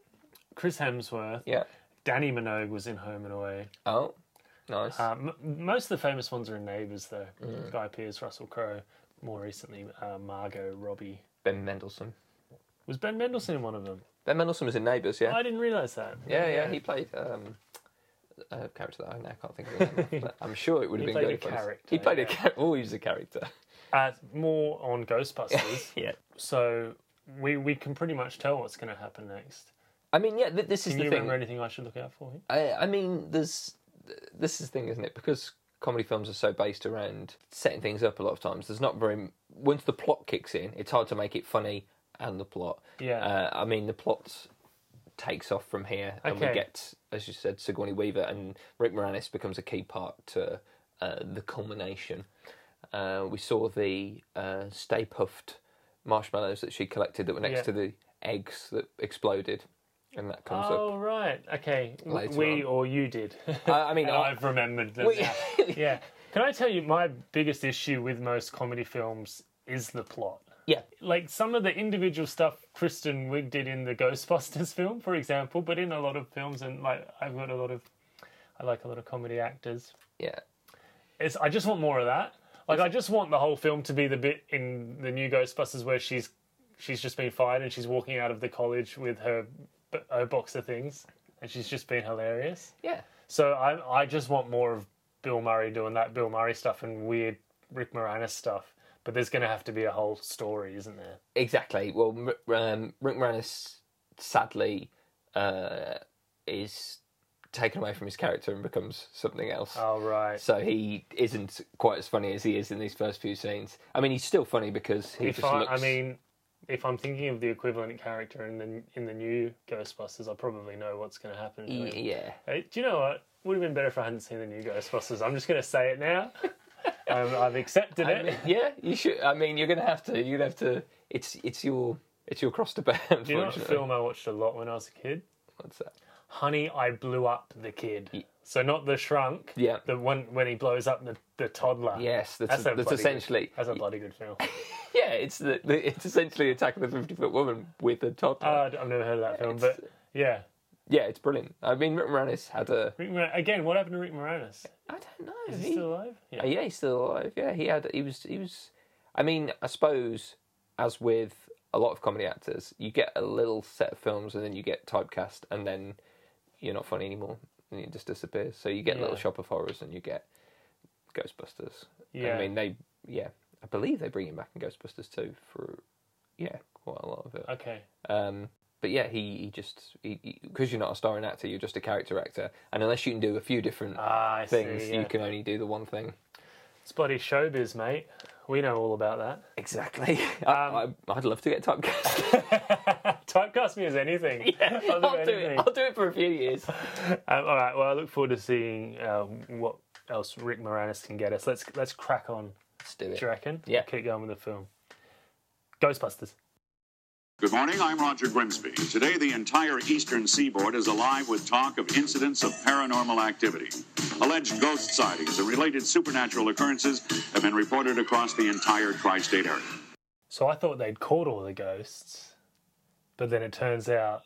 Speaker 1: Chris Hemsworth,
Speaker 2: Yeah.
Speaker 1: Danny Minogue was in Home and Away.
Speaker 2: Oh, nice.
Speaker 1: Uh, m- most of the famous ones are in Neighbours, though.
Speaker 2: Mm.
Speaker 1: Guy Pearce, Russell Crowe, more recently uh, Margot Robbie.
Speaker 2: ben Mendelsohn.
Speaker 1: Was Ben Mendelsohn in one of them?
Speaker 2: Ben Mendelsohn was in Neighbours, yeah.
Speaker 1: I didn't realise that.
Speaker 2: yeah, yeah. He played um, a character that I now can't think of. the name of, but I'm sure it would have
Speaker 1: He
Speaker 2: been
Speaker 1: played
Speaker 2: good.
Speaker 1: a
Speaker 2: if I was-
Speaker 1: character,
Speaker 2: He played a
Speaker 1: yeah.
Speaker 2: character. Oh, he was a character.
Speaker 1: Uh, more on Ghostbusters.
Speaker 2: Yeah.
Speaker 1: so we we can pretty much tell what's going to happen next.
Speaker 2: I mean, yeah. Th- this is
Speaker 1: Do
Speaker 2: the
Speaker 1: you
Speaker 2: thing.
Speaker 1: remember anything I should look out for? Here?
Speaker 2: I, I mean, there's this is the thing, isn't it? Because comedy films are so based around setting things up a lot of times. There's not very once the plot kicks in, it's hard to make it funny and the plot.
Speaker 1: Yeah.
Speaker 2: Uh, I mean, the plot takes off from here, and we
Speaker 1: Okay.
Speaker 2: get, as you said, Sigourney Weaver and Rick Moranis becomes a key part to uh, the culmination. Uh, we saw the uh, Stay Puffed marshmallows that she collected that were next
Speaker 1: Yeah.
Speaker 2: to the eggs that exploded, and that comes up.
Speaker 1: Oh right, okay. W-
Speaker 2: Later
Speaker 1: we
Speaker 2: on.
Speaker 1: or you did.
Speaker 2: I, I mean,
Speaker 1: and
Speaker 2: I-
Speaker 1: I've remembered them.
Speaker 2: We-
Speaker 1: now. yeah. Can I tell you my biggest issue with most comedy films is the plot.
Speaker 2: yeah.
Speaker 1: like some of the individual stuff Kristen Wiig did in the Ghostbusters film, for example, but in a lot of films and like I've got a lot of I like a lot of comedy actors.
Speaker 2: Yeah.
Speaker 1: It's I just want more of that. Like I just want the whole film to be the bit in the new Ghostbusters where she's she's just been fired and she's walking out of the college with her b- her box of things and she's just been hilarious.
Speaker 2: Yeah.
Speaker 1: So I I just want more of Bill Murray doing that Bill Murray stuff and weird Rick Moranis stuff. But there's going to have to be a whole story, isn't there?
Speaker 2: Exactly. Well, M- um, Rick Moranis sadly uh, is taken away from his character and becomes something else.
Speaker 1: Oh right,
Speaker 2: So he isn't quite as funny as he is in these first few scenes. I mean, he's still funny because he
Speaker 1: if
Speaker 2: just
Speaker 1: I,
Speaker 2: looks.
Speaker 1: I mean, if I'm thinking of the equivalent character in the in the new Ghostbusters, I probably know what's going to happen. to
Speaker 2: y-
Speaker 1: him.
Speaker 2: yeah.
Speaker 1: Hey, do you know what? Would have been better if I hadn't seen the new Ghostbusters. I'm just going to say it now. um, I've accepted
Speaker 2: I
Speaker 1: it.
Speaker 2: mean, yeah, you should. I mean, you're gonna have to. You're gonna have to. It's it's your it's your cross to bear.
Speaker 1: do you know what
Speaker 2: Unfortunately,
Speaker 1: film I watched a lot when I was a kid?
Speaker 2: what's that?
Speaker 1: Honey, I blew up the kid. So not the shrunk.
Speaker 2: Yeah.
Speaker 1: The one when he blows up the, the toddler.
Speaker 2: Yes, that's
Speaker 1: a
Speaker 2: that's
Speaker 1: bloody
Speaker 2: essentially.
Speaker 1: Good, that's a bloody good film.
Speaker 2: Yeah, it's the, the it's essentially Attack of the Fifty Foot Woman with a toddler.
Speaker 1: Uh, I've never heard of that film,
Speaker 2: It's-
Speaker 1: but yeah.
Speaker 2: yeah, it's brilliant. I mean, Rick Moranis had a.
Speaker 1: Rick Moran- again, what happened to Rick Moranis?
Speaker 2: I don't know.
Speaker 1: Is he
Speaker 2: he-
Speaker 1: still alive? Yeah.
Speaker 2: Uh, yeah, he's still alive. Yeah, he had. He was. He was. I mean, I suppose as with a lot of comedy actors, you get a little set of films and then you get typecast, and then you're not funny anymore, and it just disappears. So you get Little
Speaker 1: Yeah.
Speaker 2: Shop of Horrors, and you get Ghostbusters.
Speaker 1: Yeah.
Speaker 2: I mean, they. Yeah, I believe they bring him back in Ghostbusters too for. Yeah, quite a lot of it.
Speaker 1: Okay.
Speaker 2: Um, but yeah, he, he just because you're not a starring actor, you're just a character actor, and unless you can do a few different
Speaker 1: Ah, I see,
Speaker 2: things,
Speaker 1: yeah.
Speaker 2: you can only do the one thing.
Speaker 1: It's bloody showbiz, mate. We know all about that.
Speaker 2: Exactly.
Speaker 1: Um,
Speaker 2: I, I, I'd love to get typecast.
Speaker 1: Typecast me as anything. I'll do anything.
Speaker 2: it. I'll do it for a few years.
Speaker 1: Um, all right. Well, I look forward to seeing um, what else Rick Moranis can get us. Let's let's crack on.
Speaker 2: Let's do
Speaker 1: Do
Speaker 2: it.
Speaker 1: you reckon?
Speaker 2: Yeah.
Speaker 1: Keep going with the film. Ghostbusters.
Speaker 5: Good morning, I'm Roger Grimsby. Today, the entire eastern seaboard is alive with talk of incidents of paranormal activity. Alleged ghost sightings and related supernatural occurrences have been reported across the entire tri state area.
Speaker 1: So I thought they'd caught all the ghosts, but then it turns out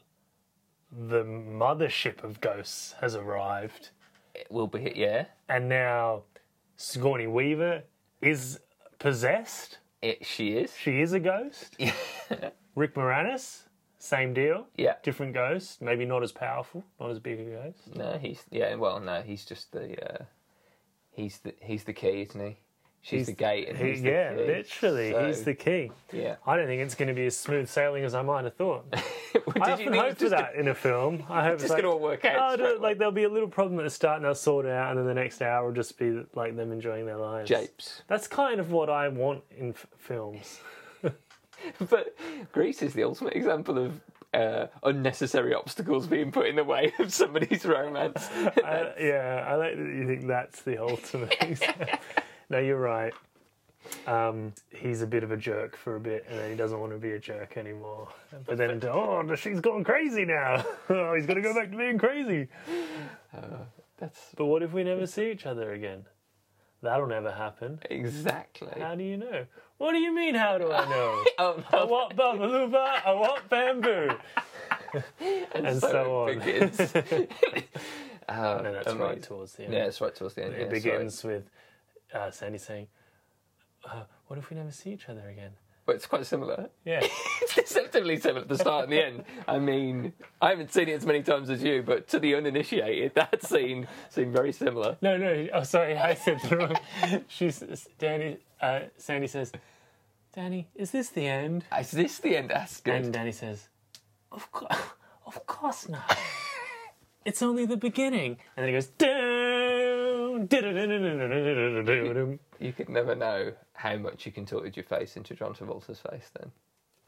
Speaker 1: the mothership of ghosts has arrived,
Speaker 2: It will be. Yeah.
Speaker 1: and now Sigourney Weaver is possessed.
Speaker 2: It. She is.
Speaker 1: She is a ghost. Rick Moranis, same deal.
Speaker 2: Yeah.
Speaker 1: Different ghost, maybe not as powerful, not as big a ghost.
Speaker 2: No. He's. Yeah. Well. No. He's just the. Uh, he's the. He's the key, isn't he? She's the gate. And he's the
Speaker 1: yeah,
Speaker 2: key.
Speaker 1: literally,
Speaker 2: So,
Speaker 1: he's the key.
Speaker 2: Yeah.
Speaker 1: I don't think it's going to be as smooth sailing as I might have thought.
Speaker 2: Well,
Speaker 1: I
Speaker 2: did you
Speaker 1: often
Speaker 2: think it was
Speaker 1: hope for
Speaker 2: just
Speaker 1: that in a film. I hope it's
Speaker 2: just
Speaker 1: like,
Speaker 2: gonna all work out
Speaker 1: "Oh,
Speaker 2: straight
Speaker 1: dude, like
Speaker 2: away."
Speaker 1: there'll be a little problem at the start, and they'll sort it out, and then the next hour will just be like them enjoying their lives.
Speaker 2: Japes.
Speaker 1: That's kind of what I want in f- films.
Speaker 2: But Greece is the ultimate example of uh, unnecessary obstacles being put in the way of somebody's romance.
Speaker 1: I, yeah, I like that you think that's the ultimate. no, you're right. Um, he's a bit of a jerk for a bit, and then he doesn't want to be a jerk anymore. But then, oh, she's gone crazy now. Oh, he's going to go back to being crazy.
Speaker 2: Uh, That's
Speaker 1: But what if we never see each other again? That'll never happen.
Speaker 2: exactly.
Speaker 1: How do you know? What do you mean, how do I know?
Speaker 2: Oh,
Speaker 1: I want Babaluba, I want bamboo. and so, on.
Speaker 2: It begins. Uh,
Speaker 1: No, that's
Speaker 2: Amazing.
Speaker 1: right towards the end.
Speaker 2: yeah, it's right towards the end. yeah,
Speaker 1: it
Speaker 2: sorry.
Speaker 1: begins with uh, Sandy saying, uh, What if we never see each other again?
Speaker 2: But it's quite similar.
Speaker 1: Yeah.
Speaker 2: It's deceptively similar at the start and the end. I mean, I haven't seen it as many times as you, but to the uninitiated, that scene seemed very similar.
Speaker 1: no, no. Oh, sorry, I said the wrong. She's Danny. Uh, Sandy says, "Danny, is this the end?"
Speaker 2: Is this the end? That's good.
Speaker 1: And Danny says, "Of course, of course not. it's only the beginning." And then he goes down. dun-dun-dun-dun-dun-dun-dun-dun-dun.
Speaker 2: you could never know how much you contorted your face into John Travolta's face then.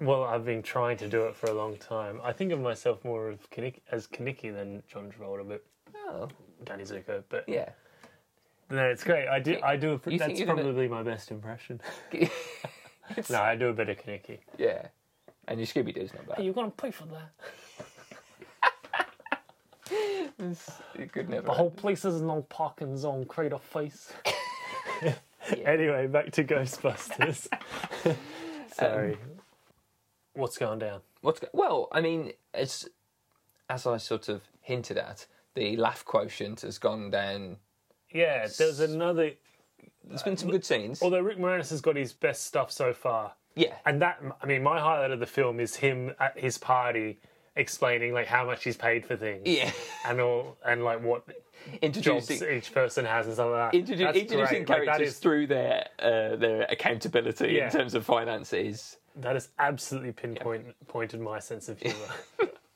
Speaker 1: Well, I've been trying to do it for a long time. I think of myself more of Kanick- as Kanicki than John Travolta, but
Speaker 2: Oh,
Speaker 1: Danny Zuko. But
Speaker 2: yeah.
Speaker 1: no, it's great. I do. I do. A,
Speaker 2: You think
Speaker 1: that's
Speaker 2: you're gonna-
Speaker 1: probably my best impression. no, I do a bit of Kanicki.
Speaker 2: Yeah. And your Scooby Doo's not bad.
Speaker 1: You're gonna pay for that.
Speaker 2: You could never.
Speaker 1: The whole place is an old parking zone, crater face. Anyway, back to Ghostbusters.
Speaker 2: Um,
Speaker 1: Sorry. What's going down?
Speaker 2: What's go- well? I mean, it's as I sort of hinted at. The laugh quotient has gone down.
Speaker 1: Yeah, there's another.
Speaker 2: There's been some good scenes.
Speaker 1: Although Rick Moranis has got his best stuff so far,
Speaker 2: Yeah.
Speaker 1: and that I mean, my highlight of the film is him at his party explaining like how much he's paid for things
Speaker 2: Yeah.
Speaker 1: and all and like what jobs
Speaker 2: Introducing.
Speaker 1: each person has and stuff like that.
Speaker 2: Introdu-
Speaker 1: That's
Speaker 2: introducing
Speaker 1: great. Like, that
Speaker 2: characters
Speaker 1: is
Speaker 2: through their uh, their accountability
Speaker 1: Yeah.
Speaker 2: in terms of finances.
Speaker 1: that is absolutely pinpoint pointed my sense of humor.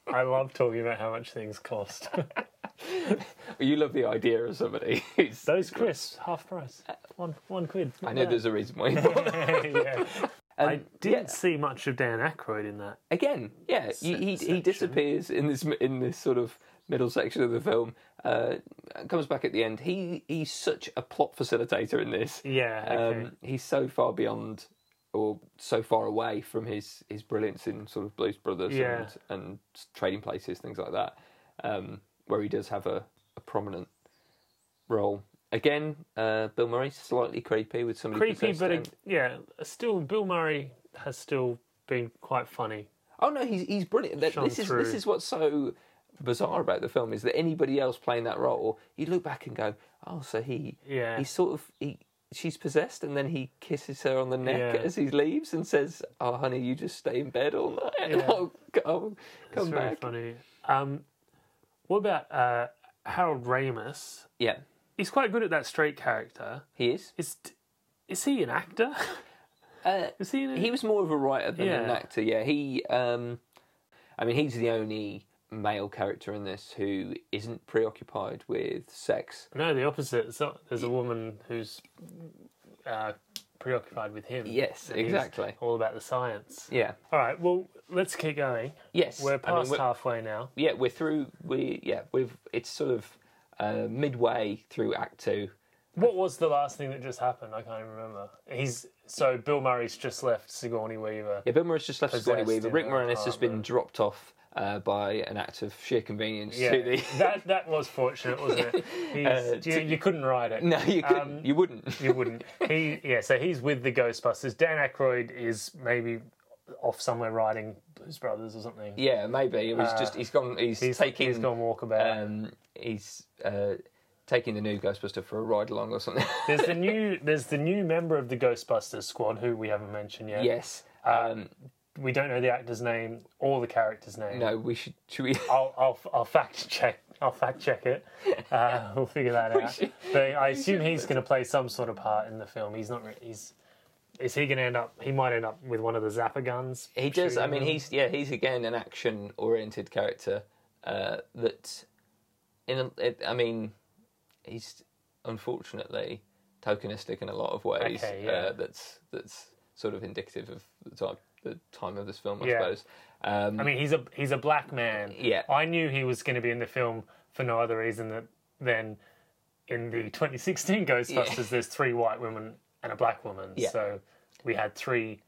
Speaker 1: I love talking about how much things cost.
Speaker 2: You love the idea of somebody who's.
Speaker 1: Those crisps, half price, one one quid.
Speaker 2: I know there's a reason why. you bought them.
Speaker 1: yeah.
Speaker 2: Um,
Speaker 1: I
Speaker 2: yeah.
Speaker 1: didn't see much of Dan Aykroyd in that.
Speaker 2: again, yeah, you, he he
Speaker 1: section.
Speaker 2: disappears in this in this sort of middle section of the film. Uh, comes back at the end. He he's such a plot facilitator in this.
Speaker 1: Yeah, Mm, okay.
Speaker 2: um, he's so far beyond or so far away from his his brilliance in sort of Blues Brothers
Speaker 1: Yeah.
Speaker 2: and, and Trading Places, things like that, um, where he does have a, a prominent role. Again, uh, Bill Murray slightly creepy with somebody
Speaker 1: creepy,
Speaker 2: possessed
Speaker 1: but
Speaker 2: and-
Speaker 1: it, yeah, still Bill Murray has still been quite funny.
Speaker 2: Oh no, he's he's brilliant. That-
Speaker 1: Shone
Speaker 2: this is
Speaker 1: through.
Speaker 2: this is what's so bizarre about the film is that anybody else playing that role, you look back and go, oh, so he
Speaker 1: Yeah.
Speaker 2: he sort of he she's possessed, and then he kisses her on the neck
Speaker 1: Yeah.
Speaker 2: as he leaves and says, oh, honey, you just stay in bed all night, and
Speaker 1: Yeah.
Speaker 2: I'll, I'll
Speaker 1: It's
Speaker 2: come
Speaker 1: very
Speaker 2: back.
Speaker 1: funny. Um, what about uh, Harold Ramis?
Speaker 2: Yeah,
Speaker 1: He's quite good at that straight character.
Speaker 2: he is.
Speaker 1: Is is he an actor?
Speaker 2: Uh,
Speaker 1: Is he? An,
Speaker 2: he was more of a writer than an
Speaker 1: Yeah.
Speaker 2: actor. Yeah, he. Um, I mean, he's the only male character in this who isn't preoccupied with sex.
Speaker 1: no, the opposite. It's not, there's a woman who's uh, preoccupied with him.
Speaker 2: Yes,
Speaker 1: And he's
Speaker 2: exactly.
Speaker 1: All about the science.
Speaker 2: Yeah.
Speaker 1: All right. Well, let's keep going.
Speaker 2: Yes. I
Speaker 1: We're
Speaker 2: mean,
Speaker 1: past
Speaker 2: we're-
Speaker 1: halfway now.
Speaker 2: yeah, we're through. We yeah, we've it's sort of uh, midway through Act Two.
Speaker 1: What was the last thing that just happened? I can't even remember. He's so Bill Murray's just left Sigourney Weaver.
Speaker 2: Yeah, Bill Murray's just left Scotty
Speaker 1: Possessed
Speaker 2: Weaver.
Speaker 1: in
Speaker 2: Rick
Speaker 1: an
Speaker 2: Moranis has been
Speaker 1: apartment.
Speaker 2: dropped off uh, by an act of sheer convenience
Speaker 1: Yeah,
Speaker 2: to the.
Speaker 1: that that was fortunate, wasn't it? He's-
Speaker 2: Uh,
Speaker 1: you,
Speaker 2: to-
Speaker 1: you couldn't ride it.
Speaker 2: no, you couldn't.
Speaker 1: Um,
Speaker 2: you wouldn't.
Speaker 1: you wouldn't. He yeah. So he's with the Ghostbusters. Dan Aykroyd is maybe off somewhere riding Blues Brothers or something.
Speaker 2: yeah, maybe it was just he's gone. He's,
Speaker 1: Uh, he's
Speaker 2: taking.
Speaker 1: he's gone walkabout.
Speaker 2: Um, he's uh, taking the new Ghostbuster for a ride along or something.
Speaker 1: there's the new there's the new member of the Ghostbusters squad who we haven't mentioned yet.
Speaker 2: yes. Um,
Speaker 1: We don't know the actor's name or the character's name.
Speaker 2: no, we should. Should we?
Speaker 1: I'll, I'll, I'll fact check. I'll fact check it. Uh, we'll figure that out.
Speaker 2: should-
Speaker 1: But I assume he's going to play some sort of part in the film. He's not. re- He's. Is he going to end up? He might end up with one of the Zappa guns.
Speaker 2: He does. I
Speaker 1: shooting
Speaker 2: mean,
Speaker 1: them.
Speaker 2: he's yeah, he's again an action-oriented character uh, that, in a, it, I mean, he's unfortunately tokenistic in a lot of ways.
Speaker 1: Okay,
Speaker 2: uh,
Speaker 1: yeah.
Speaker 2: that's that's sort of indicative of the time the time of this film, I
Speaker 1: Yeah.
Speaker 2: suppose. Um,
Speaker 1: I mean, he's a he's a black man.
Speaker 2: Yeah.
Speaker 1: I knew he was going to be in the film for no other reason that than in the 2016 Ghostbusters, there's three white women and a black woman.
Speaker 2: Yeah.
Speaker 1: So we had three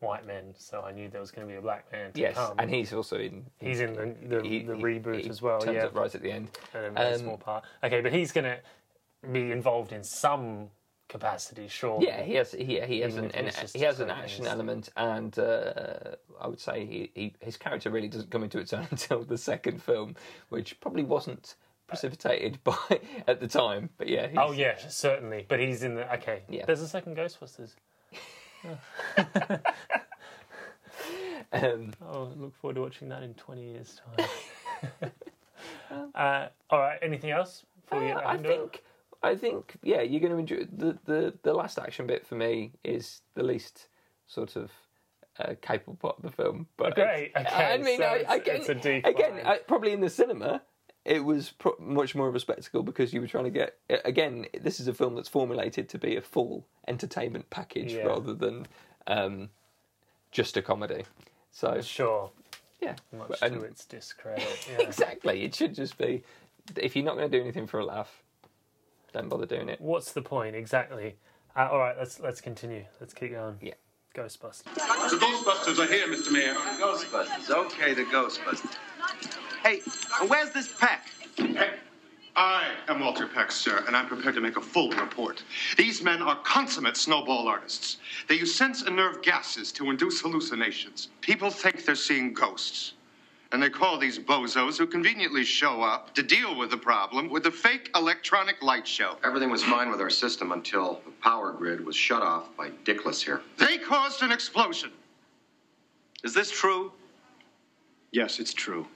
Speaker 1: white men. So I knew there was going to be a black man to
Speaker 2: yes,
Speaker 1: come.
Speaker 2: and he's also in.
Speaker 1: He's in the the,
Speaker 2: he-
Speaker 1: the
Speaker 2: he-
Speaker 1: reboot
Speaker 2: he
Speaker 1: as well.
Speaker 2: Turns
Speaker 1: yeah,
Speaker 2: up right at the end.
Speaker 1: and a very
Speaker 2: Um,
Speaker 1: small part. Okay, but he's going to be involved in some capacity, sure.
Speaker 2: Yeah, he has. He, he has
Speaker 1: Even
Speaker 2: an,
Speaker 1: if
Speaker 2: an
Speaker 1: it's just
Speaker 2: he has an
Speaker 1: something
Speaker 2: action
Speaker 1: he's-
Speaker 2: element, and uh, I would say he, he his character really doesn't come into its own until the second film, which probably wasn't precipitated by at the time. But yeah, he's,
Speaker 1: Oh yeah, certainly. But he's in the okay.
Speaker 2: Yeah.
Speaker 1: There's a second Ghostbusters.
Speaker 2: um,
Speaker 1: Oh, I look forward to watching that in 20 years' time. uh, all right. Anything else? Before we get
Speaker 2: Uh,
Speaker 1: back
Speaker 2: I
Speaker 1: into
Speaker 2: think I think yeah, you're going to enjoy the, the the last action bit for me is the least sort of uh, capable part of the film. But
Speaker 1: Great, okay,
Speaker 2: I mean,
Speaker 1: so
Speaker 2: I,
Speaker 1: it's-
Speaker 2: I can,
Speaker 1: it's a decline.
Speaker 2: again, I, probably in the cinema. It was pro- much more of a spectacle because you were trying to get. a- Again, this is a film that's formulated to be a full entertainment package
Speaker 1: Yeah.
Speaker 2: rather than um, just a comedy. So
Speaker 1: it? Sure.
Speaker 2: yeah,
Speaker 1: Much
Speaker 2: and-
Speaker 1: to its discredit. Yeah.
Speaker 2: exactly. It should just be if you're not going to do anything for a laugh, don't bother doing it.
Speaker 1: What's the point exactly? Uh, all right. Let's let's continue. Let's keep going.
Speaker 2: Yeah.
Speaker 1: Ghostbusters.
Speaker 5: The Ghostbusters are here, Mr. Mayor.
Speaker 4: Ghostbusters. Okay, the Ghostbusters. Hey, and where's this pack?
Speaker 5: I am Walter Peck, sir, and I'm prepared to make a full report. These men are consummate snowball artists. They use sense and nerve gases to induce hallucinations. People think they're seeing ghosts. And they call these bozos who conveniently show up to deal with the problem with a fake electronic light show.
Speaker 4: Everything was fine with our system until the power grid was shut off by Dickless here.
Speaker 5: They caused an explosion.
Speaker 4: Is this true?
Speaker 6: Yes, it's true.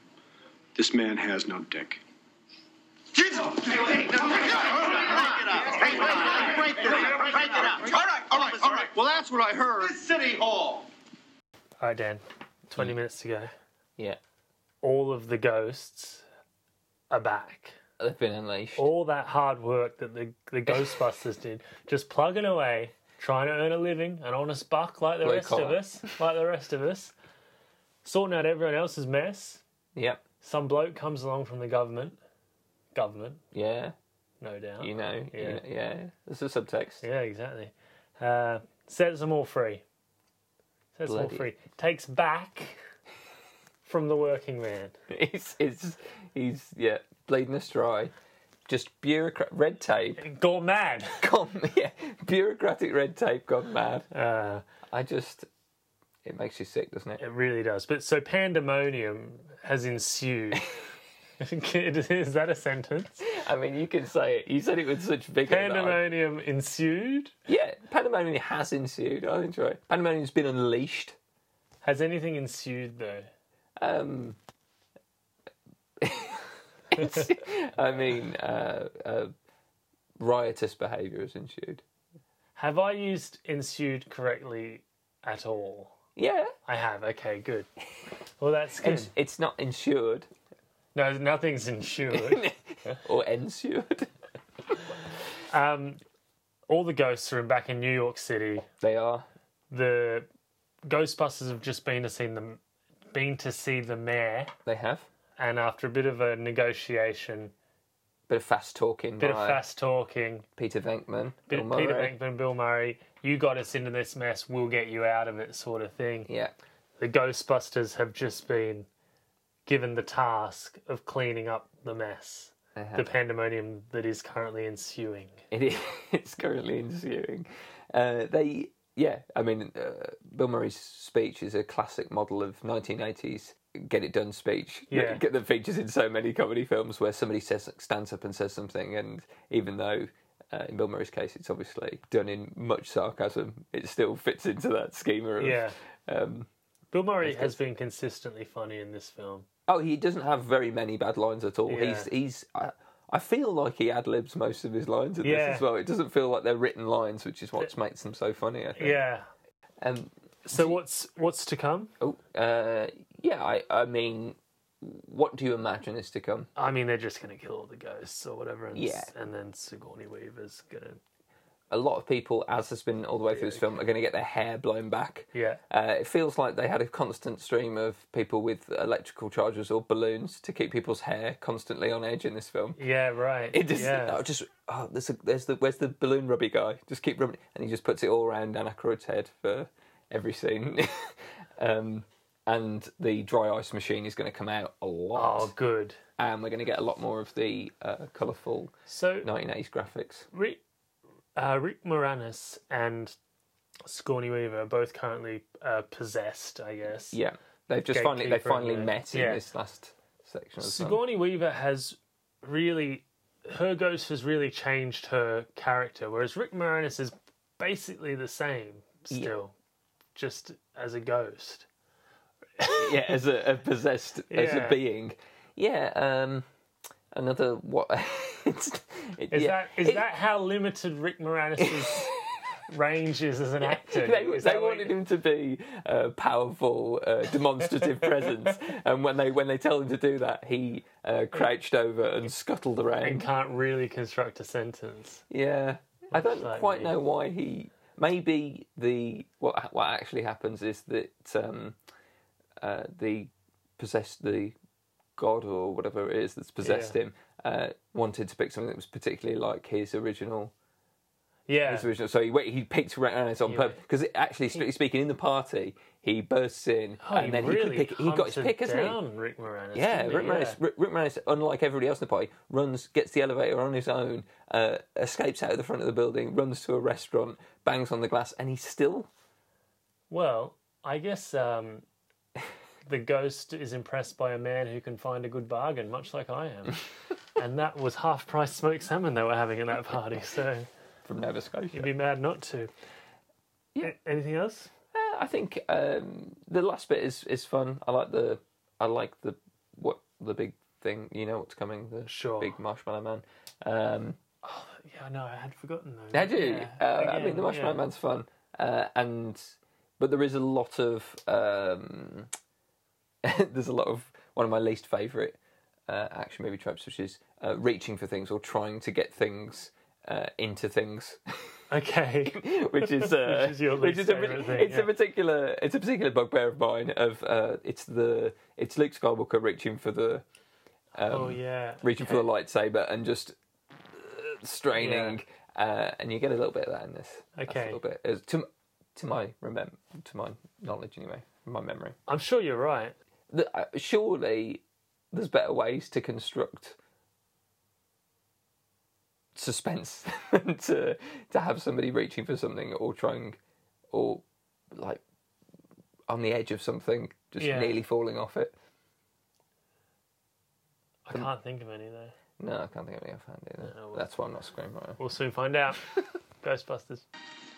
Speaker 6: This man has no dick.
Speaker 7: Well, that's what I heard. City
Speaker 1: All
Speaker 7: Hall.
Speaker 1: right, Dan. Twenty
Speaker 2: Mm.
Speaker 1: minutes to go.
Speaker 2: Yeah.
Speaker 1: All of the ghosts are back.
Speaker 2: They've been unleashed.
Speaker 1: All that hard work that the the Ghostbusters did, just plugging away, trying to earn a living, an honest buck like the
Speaker 2: Blue
Speaker 1: rest of
Speaker 2: collar.
Speaker 1: us, like the rest of us, sorting out everyone else's mess.
Speaker 2: Yep.
Speaker 1: Some bloke comes along from the government, government,
Speaker 2: Yeah.
Speaker 1: no doubt.
Speaker 2: You know. Yeah.
Speaker 1: Yeah.
Speaker 2: yeah. This is subtext.
Speaker 1: Yeah, exactly. Uh, sets them all free. Sets them all
Speaker 2: Bloody-
Speaker 1: free. Takes back from the working man.
Speaker 2: He's, he's, he's, yeah, bleeding us dry. Just bureaucrat red tape
Speaker 1: Gone mad.
Speaker 2: gone. Yeah, bureaucratic red tape gone mad.
Speaker 1: Uh,
Speaker 2: I just, it makes you sick, doesn't it?
Speaker 1: it really does. But so pandemonium has ensued. is that a sentence?
Speaker 2: I mean, you can say it. You said it with such vigor. that I-
Speaker 1: Pandemonium ensued.
Speaker 2: Yeah, pandemonium has ensued. I enjoy it. Pandemonium's been unleashed.
Speaker 1: Has anything ensued though?
Speaker 2: Um, it's- I mean, uh, uh, riotous behaviour has ensued.
Speaker 1: Have I used ensued correctly at all?
Speaker 2: Yeah,
Speaker 1: I have. Okay, good. Well, that's good.
Speaker 2: it's, it's not insured
Speaker 1: No, nothing's ensued.
Speaker 2: or ensued.
Speaker 1: Um, all the ghosts are back in New York City.
Speaker 2: They are.
Speaker 1: The Ghostbusters have just been to see them, been to see the mayor,
Speaker 2: They have.
Speaker 1: and after a bit of a negotiation,
Speaker 2: Bit of fast talking
Speaker 1: bit
Speaker 2: by
Speaker 1: of fast talking,
Speaker 2: Peter Venkman.
Speaker 1: bit
Speaker 2: Bill
Speaker 1: of
Speaker 2: Murray.
Speaker 1: Peter Venkman, Bill Murray, you got us into this mess, we'll get you out of it, sort of thing.
Speaker 2: Yeah.
Speaker 1: The Ghostbusters have just been given the task of cleaning up the mess,
Speaker 2: They
Speaker 1: the
Speaker 2: have.
Speaker 1: pandemonium that is currently ensuing.
Speaker 2: It is, it's currently ensuing. Uh, they, yeah, I mean, uh, Bill Murray's speech is a classic model of 1980s get it done speech.
Speaker 1: Yeah.
Speaker 2: Get the features in so many comedy films where somebody says stands up and says something, and even though uh, in Bill Murray's case it's obviously done in much sarcasm, it still fits into that schema of.
Speaker 1: Yeah.
Speaker 2: Um,
Speaker 1: Bill Murray has been consistently funny in this film.
Speaker 2: oh, he doesn't have very many bad lines at all.
Speaker 1: Yeah.
Speaker 2: He's he's. I, I feel like he ad libs most of his lines in
Speaker 1: Yeah.
Speaker 2: this as well. It doesn't feel like they're written lines, which is what makes them so funny. I think.
Speaker 1: Yeah.
Speaker 2: Um,
Speaker 1: So what's what's to come?
Speaker 2: oh, uh, yeah, I, I mean, what do you imagine is to come?
Speaker 1: I mean, they're just going to kill all the ghosts or whatever, and,
Speaker 2: Yeah.
Speaker 1: and then Sigourney Weaver's going to.
Speaker 2: A lot of people, as has been all the way through this film, are going to get their hair blown back.
Speaker 1: Yeah.
Speaker 2: Uh, it feels like they had a constant stream of people with electrical charges or balloons to keep people's hair constantly on edge in this film.
Speaker 1: Yeah, right.
Speaker 2: It just,
Speaker 1: yeah.
Speaker 2: oh, just oh, there's, a, there's the where's the balloon rubby guy? Just keep rubbing, it. and he just puts it all around Dan Aykroyd's head for every scene. um, and the dry ice machine is going to come out a lot.
Speaker 1: Oh, good.
Speaker 2: and we're going to get a lot more of the uh, colourful
Speaker 1: So
Speaker 2: 1980s graphics.
Speaker 1: Rick, uh, Rick Moranis and Sigourney Weaver are both currently uh, possessed, I guess.
Speaker 2: Yeah, they've just finally they
Speaker 1: Gatekeeper,
Speaker 2: finally
Speaker 1: yeah.
Speaker 2: met in
Speaker 1: Yeah.
Speaker 2: this last section. Of the film.
Speaker 1: Sigourney Weaver has really her ghost has really changed her character, whereas Rick Moranis is basically the same still, just as a ghost.
Speaker 2: yeah, as a, a possessed as a
Speaker 1: Yeah.
Speaker 2: being. Yeah, um, another what? it's, it-
Speaker 1: Is
Speaker 2: yeah.
Speaker 1: that is
Speaker 2: It-
Speaker 1: that how limited Rick Moranis's range is as an actor?
Speaker 2: They,
Speaker 1: Is
Speaker 2: they
Speaker 1: that what-
Speaker 2: wanted him to be a powerful, uh, demonstrative presence, and when they when they tell him to do that, he uh, crouched over and scuttled
Speaker 1: and
Speaker 2: around.
Speaker 1: can't really construct a sentence.
Speaker 2: Yeah, I don't
Speaker 1: Slightly.
Speaker 2: quite know why he. Maybe the what what actually happens is that um, uh, the possessed the god or whatever it is that's possessed
Speaker 1: Yeah.
Speaker 2: him uh, wanted to pick something that was particularly like his original.
Speaker 1: Yeah,
Speaker 2: His original. So he went, he picked Rananis on purpose because actually, strictly speaking, in the party he bursts in
Speaker 1: Oh,
Speaker 2: and then
Speaker 1: really
Speaker 2: he can pick. He got his
Speaker 1: hunted
Speaker 2: pick, hasn't he?
Speaker 1: down Rick Moranis.
Speaker 2: Yeah,
Speaker 1: didn't he?
Speaker 2: Rick Moranis, Rick Rick Moranis, unlike everybody else in the party, runs, gets the elevator on his own, uh, escapes out of the front of the building, runs to a restaurant, bangs on the glass, and he's still.
Speaker 1: Well, I guess um, the ghost is impressed by a man who can find a good bargain, much like I am. and that was half price smoked salmon they were having at that party, so
Speaker 2: From Nova Scotia.
Speaker 1: you'd be mad not to.
Speaker 2: Yeah.
Speaker 1: A- Anything else?
Speaker 2: Uh, I think um, the last bit is, is fun. I like the I like the what the big thing. You know what's coming? The
Speaker 1: Sure.
Speaker 2: big Marshmallow Man. Um,
Speaker 1: Yeah, no, I had forgotten those.
Speaker 2: I do.
Speaker 1: Yeah.
Speaker 2: Uh, I
Speaker 1: Again,
Speaker 2: mean, the Marshmallow
Speaker 1: yeah.
Speaker 2: Man's fun, uh, and but there is a lot of um, there's a lot of one of my least favourite uh, action movie tropes, which is uh, reaching for things or trying to get things uh, into things.
Speaker 1: Okay.
Speaker 2: which is uh,
Speaker 1: Which is your least
Speaker 2: a,
Speaker 1: favourite thing,
Speaker 2: it's
Speaker 1: yeah.
Speaker 2: a particular it's a particular bugbear of mine of uh, it's the it's Luke Skywalker reaching for the Um,
Speaker 1: oh yeah.
Speaker 2: reaching for the lightsaber and just uh, straining uh, and you get a little bit of that in this That's
Speaker 1: Okay.
Speaker 2: a little bit It's to m- to my remem- to my knowledge anyway my memory
Speaker 1: I'm sure you're right.
Speaker 2: The- uh, surely there's better ways to construct suspense than to to have somebody reaching for something or trying or like on the edge of something just
Speaker 1: Yeah.
Speaker 2: nearly falling off it
Speaker 1: I
Speaker 2: um,
Speaker 1: can't think of any though.
Speaker 2: no i can't think of any offhand either
Speaker 1: Oh, well.
Speaker 2: that's why i'm not screenwriter
Speaker 1: We'll soon find out. Ghostbusters.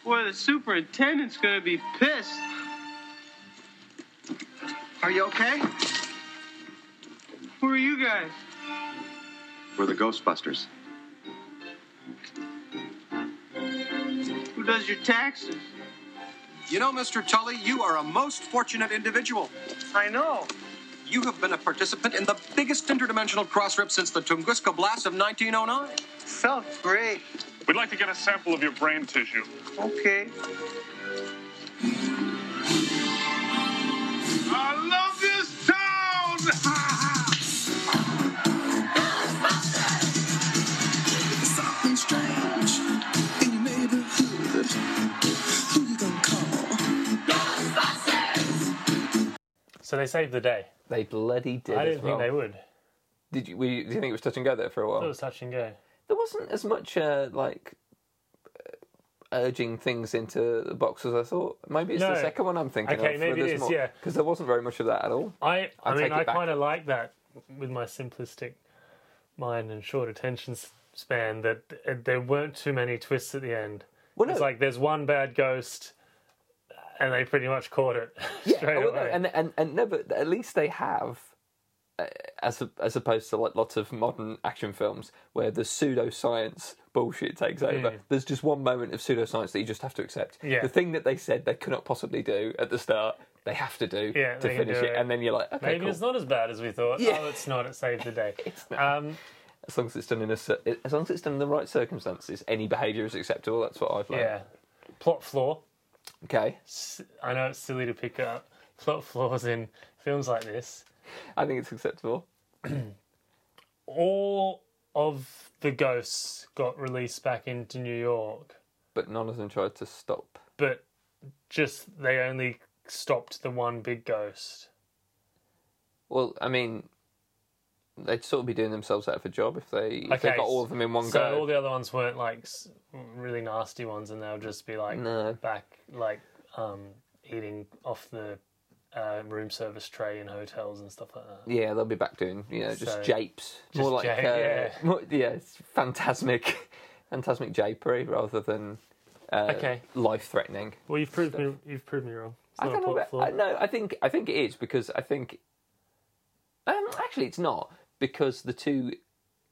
Speaker 6: Boy, the superintendent's gonna be pissed.
Speaker 8: Are you okay?
Speaker 6: Who are you guys?
Speaker 4: We're the Ghostbusters.
Speaker 6: Who does your taxes?
Speaker 4: You know, Mr. Tully, you are a most fortunate individual.
Speaker 6: I know.
Speaker 4: You have been a participant in the biggest interdimensional cross rip since the Tunguska Blast of 1909.
Speaker 6: Felt great.
Speaker 7: We'd like to get a sample of your brain tissue.
Speaker 6: Okay.
Speaker 7: I love this town!
Speaker 3: Something strange in your neighborhood. Who you gonna call?
Speaker 1: So they saved the day.
Speaker 2: they bloody did
Speaker 1: I
Speaker 2: as
Speaker 1: didn't
Speaker 2: well.
Speaker 1: think they would.
Speaker 2: Did you? Were you, do you think it was touch and go there for a
Speaker 1: It
Speaker 2: while?
Speaker 1: was touch and go.
Speaker 2: There wasn't as much uh, like uh, urging things into the box as I thought. Maybe it's
Speaker 1: No.
Speaker 2: the second one I'm thinking
Speaker 1: Okay,
Speaker 2: of.
Speaker 1: maybe it is, yeah.
Speaker 2: Because there wasn't very much of that at all.
Speaker 1: I, I
Speaker 2: I'll
Speaker 1: mean,
Speaker 2: take it
Speaker 1: I
Speaker 2: back.
Speaker 1: kind of like that with my simplistic mind and short attention s- span that uh, there weren't too many twists at the end.
Speaker 2: Well,
Speaker 1: It's
Speaker 2: no.
Speaker 1: like there's one bad ghost, and they pretty much caught it straight
Speaker 2: Oh, well, no,
Speaker 1: away.
Speaker 2: and and and never. At least they have. uh, As as opposed to like lots of modern action films where the pseudoscience bullshit takes over, there's just one moment of pseudoscience that you just have to accept.
Speaker 1: Hmm. Yeah.
Speaker 2: The thing that they said they could not possibly do at the start, they have to do
Speaker 1: Yeah,
Speaker 2: to
Speaker 1: they can
Speaker 2: finish
Speaker 1: do
Speaker 2: it.
Speaker 1: it.
Speaker 2: and then you're like, okay,
Speaker 1: Maybe
Speaker 2: cool.
Speaker 1: it's not as bad as we thought.
Speaker 2: Yeah.
Speaker 1: Oh, it's not. It saved the day. Um,
Speaker 2: As long as it's done in a, cir- as long as it's done in the right circumstances, any behaviour is acceptable. That's what I've learned.
Speaker 1: yeah. Plot flaw.
Speaker 2: Okay.
Speaker 1: S- I know it's silly to pick up plot flaws in films like this.
Speaker 2: I think it's acceptable.
Speaker 1: All of the ghosts got released back into New York.
Speaker 2: But none of them tried to stop.
Speaker 1: but just they only stopped the one big ghost.
Speaker 2: Well, I mean, they'd sort of be doing themselves out of a job if they if they
Speaker 1: Okay,
Speaker 2: got all of them in one
Speaker 1: So
Speaker 2: go.
Speaker 1: all the other ones weren't like s- really nasty ones, and they'll just be like
Speaker 2: No.
Speaker 1: back like um, eating off the uh, room service tray in hotels and stuff like that.
Speaker 2: yeah, they'll be back doing you know just
Speaker 1: So-
Speaker 2: japes, more like
Speaker 1: jape,
Speaker 2: uh,
Speaker 1: yeah.
Speaker 2: More, yeah, it's phantasmic, phantasmic japery rather than uh,
Speaker 1: Okay.
Speaker 2: life threatening.
Speaker 1: Well, you've proved me you've proved me wrong. It's
Speaker 2: I
Speaker 1: not a
Speaker 2: don't know.
Speaker 1: plot
Speaker 2: About,
Speaker 1: flaw.
Speaker 2: I, no, I think I think it is because I think um, actually it's not because the two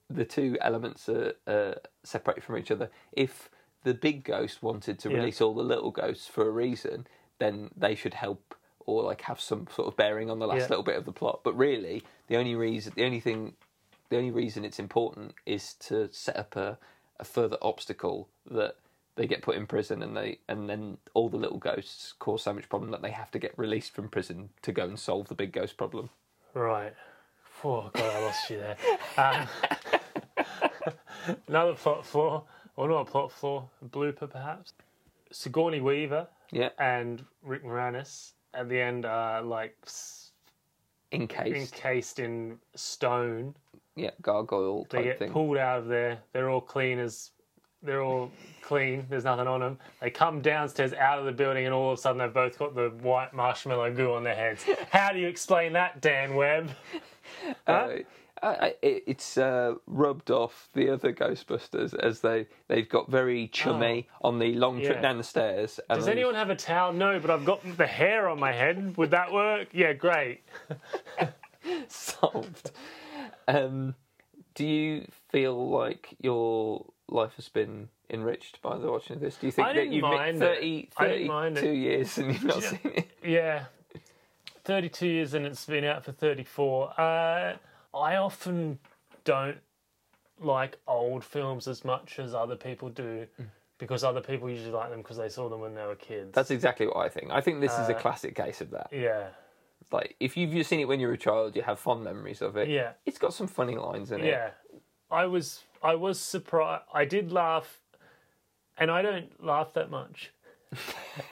Speaker 2: the two elements are uh, separated from each other. If the big ghost wanted to
Speaker 1: Yeah.
Speaker 2: release all the little ghosts for a reason, then they should help or like have some sort of bearing on the last
Speaker 1: Yeah.
Speaker 2: little bit of the plot. But really, the only reason the only thing the only reason it's important is to set up a, a further obstacle that they get put in prison and they and then all the little ghosts cause so much problem that they have to get released from prison to go and solve the big ghost problem.
Speaker 1: Right. Oh god, I lost you there. Um, another plot flaw, or not a plot flaw, a blooper perhaps. Sigourney Weaver
Speaker 2: Yeah,
Speaker 1: and Rick Moranis at the end are like s-
Speaker 2: in case
Speaker 1: encased in stone.
Speaker 2: yeah gargoyle
Speaker 1: They
Speaker 2: type
Speaker 1: get
Speaker 2: thing.
Speaker 1: pulled out of there. They're all clean as they're all clean. There's nothing on them. They come downstairs out of the building, and all of a sudden they've both got the white marshmallow goo on their heads. How do you explain that, Dan Webb?
Speaker 2: Uh, I, I, it- it's uh, rubbed off the other Ghostbusters as they they've got very chummy on the long trip
Speaker 1: Oh. Yeah.
Speaker 2: down the stairs. And
Speaker 1: Does
Speaker 2: then-
Speaker 1: anyone have a towel? No, but I've got the hair on my head. Would that work? Yeah, great.
Speaker 2: solved. Um, do you feel like your life has been enriched by the watching of this? Do you think
Speaker 1: I
Speaker 2: that
Speaker 1: didn't
Speaker 2: you've
Speaker 1: mind
Speaker 2: been
Speaker 1: it.
Speaker 2: 30,
Speaker 1: I didn't mind it.
Speaker 2: 32 years and you've not seen it?
Speaker 1: Yeah. 32 years and it's been out for 34. Uh, I often don't like old films as much as other people do because other people usually like them because they saw them when they were kids.
Speaker 2: Mm. That's exactly what I think. I think this is a classic case of that.
Speaker 1: Uh, yeah.
Speaker 2: Like, if you've just seen it when you were a child, you have fond memories of it.
Speaker 1: Yeah.
Speaker 2: It's got some funny lines in it.
Speaker 1: Yeah. I was I was surprised. I did laugh and I don't laugh that much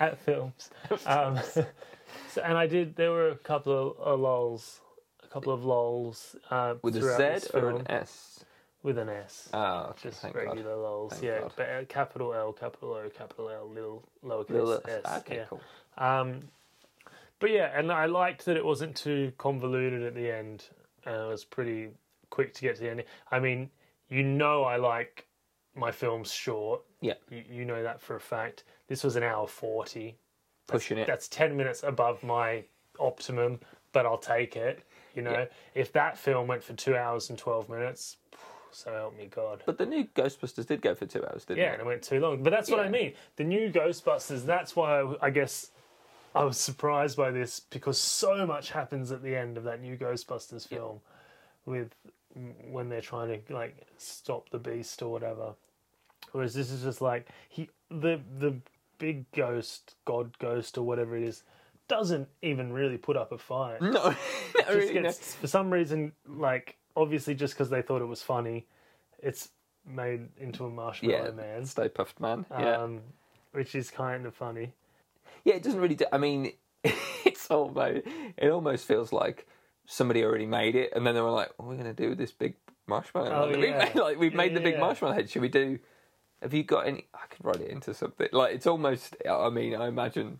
Speaker 1: at films. Um, so, and I did there were a couple of uh, lols a couple of lols uh,
Speaker 2: With
Speaker 1: throughout
Speaker 2: a
Speaker 1: this
Speaker 2: Z or
Speaker 1: film.
Speaker 2: an S?
Speaker 1: with an S.
Speaker 2: Ah, okay,
Speaker 1: Just
Speaker 2: thank
Speaker 1: regular
Speaker 2: God.
Speaker 1: lols,
Speaker 2: Thank
Speaker 1: yeah.
Speaker 2: God.
Speaker 1: But uh, capital L, capital O, capital L, little lowercase
Speaker 2: Little
Speaker 1: s.
Speaker 2: S. Ah, Okay,
Speaker 1: yeah.
Speaker 2: cool.
Speaker 1: Um, but yeah, and I liked that it wasn't too convoluted at the end. Uh, it was pretty quick to get to the end. I mean, you know, I like my films short.
Speaker 2: Yeah,
Speaker 1: You, you know that for a fact. This was an hour forty.
Speaker 2: pushing it.
Speaker 1: That's ten minutes above my optimum, but I'll take it. You know, if that film went for two hours and twelve minutes, so help me God.
Speaker 2: But the new Ghostbusters did go for two hours, didn't
Speaker 1: Yeah,
Speaker 2: it?
Speaker 1: and it went too long. But that's what I
Speaker 2: Yeah.
Speaker 1: mean. The new Ghostbusters, that's why I, I guess I was surprised by this because so much happens at the end of that new Ghostbusters film with mm, when they're trying to like stop the beast or whatever. Whereas this is just like he the the big ghost, god ghost or whatever it is doesn't even really put up a fight.
Speaker 2: No, not
Speaker 1: Just
Speaker 2: really, no.
Speaker 1: gets, for some reason like obviously just because they thought it was funny, it's made into a marshmallow
Speaker 2: Yeah,
Speaker 1: man.
Speaker 2: Stay Puffed Man. Yeah,
Speaker 1: Um, which is kind of funny.
Speaker 2: yeah. It doesn't really. Do, I mean, it's almost. It almost feels like somebody already made it, and then they were like, "What are we going to do with this big marshmallow?"
Speaker 1: Oh,
Speaker 2: man that we
Speaker 1: yeah.
Speaker 2: made?" like we've
Speaker 1: Yeah,
Speaker 2: made the
Speaker 1: yeah,
Speaker 2: big
Speaker 1: yeah.
Speaker 2: marshmallow head. Should we do? Have you got any? I could write it into something. Like it's almost. I mean, I imagine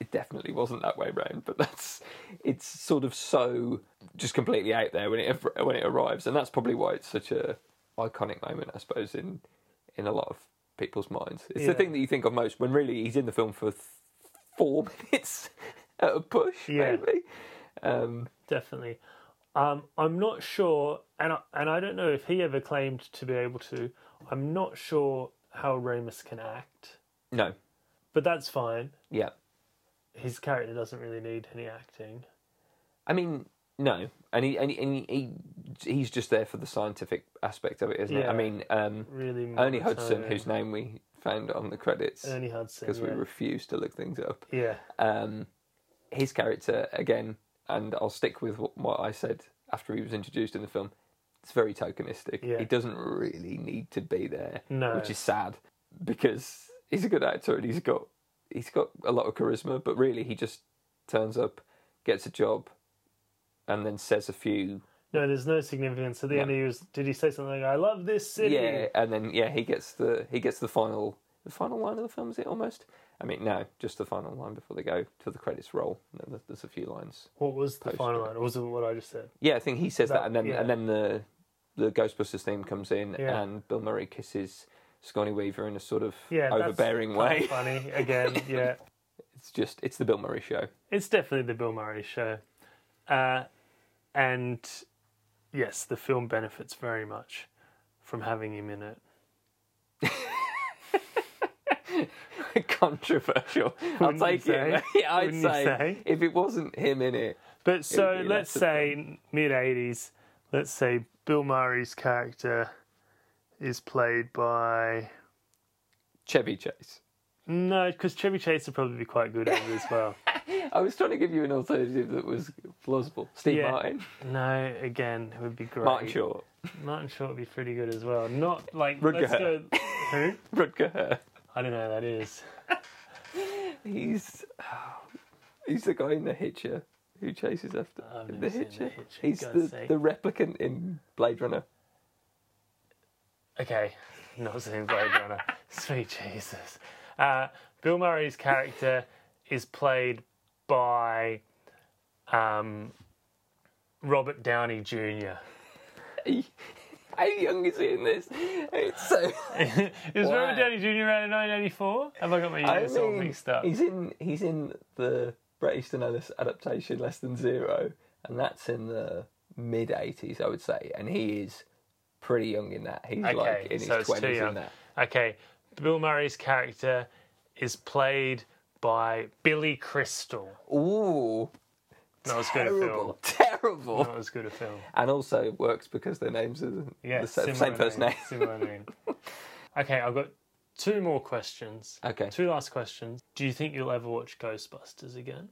Speaker 2: it definitely wasn't that way round, but that's. It's sort of so just completely out there when it when it arrives, and that's probably why it's such a iconic moment, I suppose, in in a lot of people's minds. It's
Speaker 1: Yeah.
Speaker 2: the thing that you think of most when really he's in the film for th- four minutes at a push,
Speaker 1: Yeah.
Speaker 2: maybe. Um,
Speaker 1: Definitely. Um, I'm not sure, and I, and I don't know if he ever claimed to be able to. I'm not sure how Ramus can act,
Speaker 2: no,
Speaker 1: but that's fine.
Speaker 2: yeah.
Speaker 1: His character doesn't really need any acting.
Speaker 2: I mean, no, and he and he, and he he's just there for the scientific aspect of it, isn't it?
Speaker 1: Yeah.
Speaker 2: I mean, um,
Speaker 1: Really, monotone.
Speaker 2: Ernie Hudson, whose name we found on the credits
Speaker 1: Ernie Hudson,
Speaker 2: because
Speaker 1: yeah.
Speaker 2: we refused to look things up.
Speaker 1: yeah,
Speaker 2: um, his character again, and I'll stick with what, what I said after he was introduced in the film. It's very tokenistic.
Speaker 1: Yeah.
Speaker 2: He doesn't really need to be there,
Speaker 1: No.
Speaker 2: which is sad because he's a good actor and he's got he's got a lot of charisma. But really, he just turns up, gets a job, and then says a few
Speaker 1: no, there's no significance. At the end, he was. Did he say something like, "I love this city"?
Speaker 2: yeah, and then yeah, he gets the he gets the final the final line of the film. Is it almost? I mean, no, just the final line before they go to the credits roll. And then there's a few lines
Speaker 1: What was the
Speaker 2: Post-
Speaker 1: final line? Or was it what I just said?
Speaker 2: Yeah, I think he says that,
Speaker 1: That-
Speaker 2: and then
Speaker 1: yeah.
Speaker 2: and then the the Ghostbusters theme comes in,
Speaker 1: Yeah.
Speaker 2: and Bill Murray kisses Sigourney Weaver in a sort of
Speaker 1: Yeah, that's
Speaker 2: overbearing
Speaker 1: kinda
Speaker 2: way.
Speaker 1: Funny again. Yeah.
Speaker 2: It's just it's the Bill Murray show.
Speaker 1: It's definitely the Bill Murray show. Uh, and yes, the film benefits very much from having him in it.
Speaker 2: Controversial. I'll
Speaker 1: Wouldn't you
Speaker 2: take it.
Speaker 1: say?
Speaker 2: yeah, I'd
Speaker 1: Wouldn't you
Speaker 2: say,
Speaker 1: say?
Speaker 2: if it wasn't him in it,
Speaker 1: But so
Speaker 2: be
Speaker 1: let's
Speaker 2: less of
Speaker 1: say mid 80s, let's say Bill Murray's character is played by.
Speaker 2: Chevy Chase.
Speaker 1: No, because Chevy Chase would probably be quite good at it as well.
Speaker 2: I was trying to give you an alternative that was plausible. Steve
Speaker 1: Yeah.
Speaker 2: Martin,
Speaker 1: No, again, it would be great.
Speaker 2: Martin Short,
Speaker 1: Martin Short would be pretty good as well. Not like.
Speaker 2: Rutger
Speaker 1: Let's go. Who?
Speaker 2: Rutger Hauer.
Speaker 1: I don't know who that is.
Speaker 2: He's he's the guy in the Hitcher who chases after
Speaker 1: I've
Speaker 2: in
Speaker 1: never
Speaker 2: the,
Speaker 1: seen The
Speaker 2: Hitcher.
Speaker 1: Hitcher,
Speaker 2: He's
Speaker 1: God's
Speaker 2: the,
Speaker 1: sake.
Speaker 2: the replicant in Blade Runner.
Speaker 1: Okay, not seeing Blade Runner. Sweet Jesus. Uh, Bill Murray's character is played by um, Robert Downey Jr.
Speaker 2: How young is he in this? It's so.
Speaker 1: Is
Speaker 2: Wow.
Speaker 1: Robert Downey Jr. around in 1984? Have I got my years all mixed up?
Speaker 2: he's in he's in the Bret Easton Ellis adaptation Less Than Zero, and that's in the mid 80s, I would say. And he is pretty young in that. He's like in his
Speaker 1: so it's
Speaker 2: 20s
Speaker 1: too young.
Speaker 2: in that.
Speaker 1: Okay, Bill Murray's character is played by Billy Crystal.
Speaker 2: Ooh,
Speaker 1: Not as good a film.
Speaker 2: terrible, terrible.
Speaker 1: Not as good a film.
Speaker 2: And also it works because their names are
Speaker 1: Yeah,
Speaker 2: the same,
Speaker 1: similar
Speaker 2: same first name.
Speaker 1: similar name. Okay, I've got two more questions.
Speaker 2: Okay.
Speaker 1: Two last questions. Do you think you'll ever watch Ghostbusters again?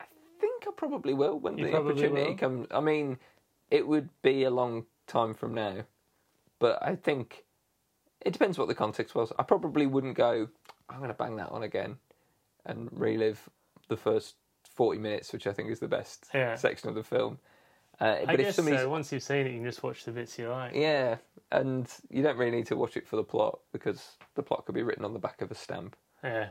Speaker 2: I think I probably will when
Speaker 1: You
Speaker 2: the
Speaker 1: probably
Speaker 2: opportunity
Speaker 1: will.
Speaker 2: comes. I mean, it would be a long time from now, but I think it depends what the context was. I probably wouldn't go. I'm going to bang that on again and relive the first 40 minutes, which I think is the best
Speaker 1: Yeah.
Speaker 2: section of the film. Uh,
Speaker 1: I
Speaker 2: but if
Speaker 1: guess
Speaker 2: somebody's
Speaker 1: so. Once you've seen it, you can just watch the bits you like.
Speaker 2: yeah, and you don't really need to watch it for the plot because the plot could be written on the back of a stamp.
Speaker 1: Yeah.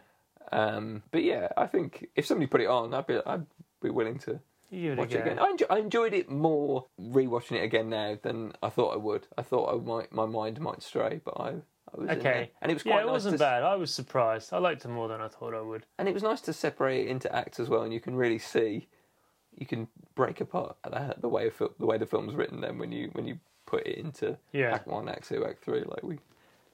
Speaker 2: Um, but yeah, I think if somebody put it on, I'd be I'd be willing to
Speaker 1: You would
Speaker 2: watch
Speaker 1: again.
Speaker 2: it again. Oh, I, enjo- I enjoyed it more rewatching it again now than I thought I would. I thought I might my mind might stray, but I, I was in there.
Speaker 1: Okay.
Speaker 2: and it was
Speaker 1: yeah,
Speaker 2: quite
Speaker 1: it
Speaker 2: nice
Speaker 1: wasn't
Speaker 2: to,
Speaker 1: bad. I was surprised. I liked it more than I thought I would.
Speaker 2: and it was nice to separate it into acts as well, and you can really see you can break apart the, the way of, fil- the way the film's written then when you when you put it into
Speaker 1: Yeah.
Speaker 2: act one, act two, act three, like we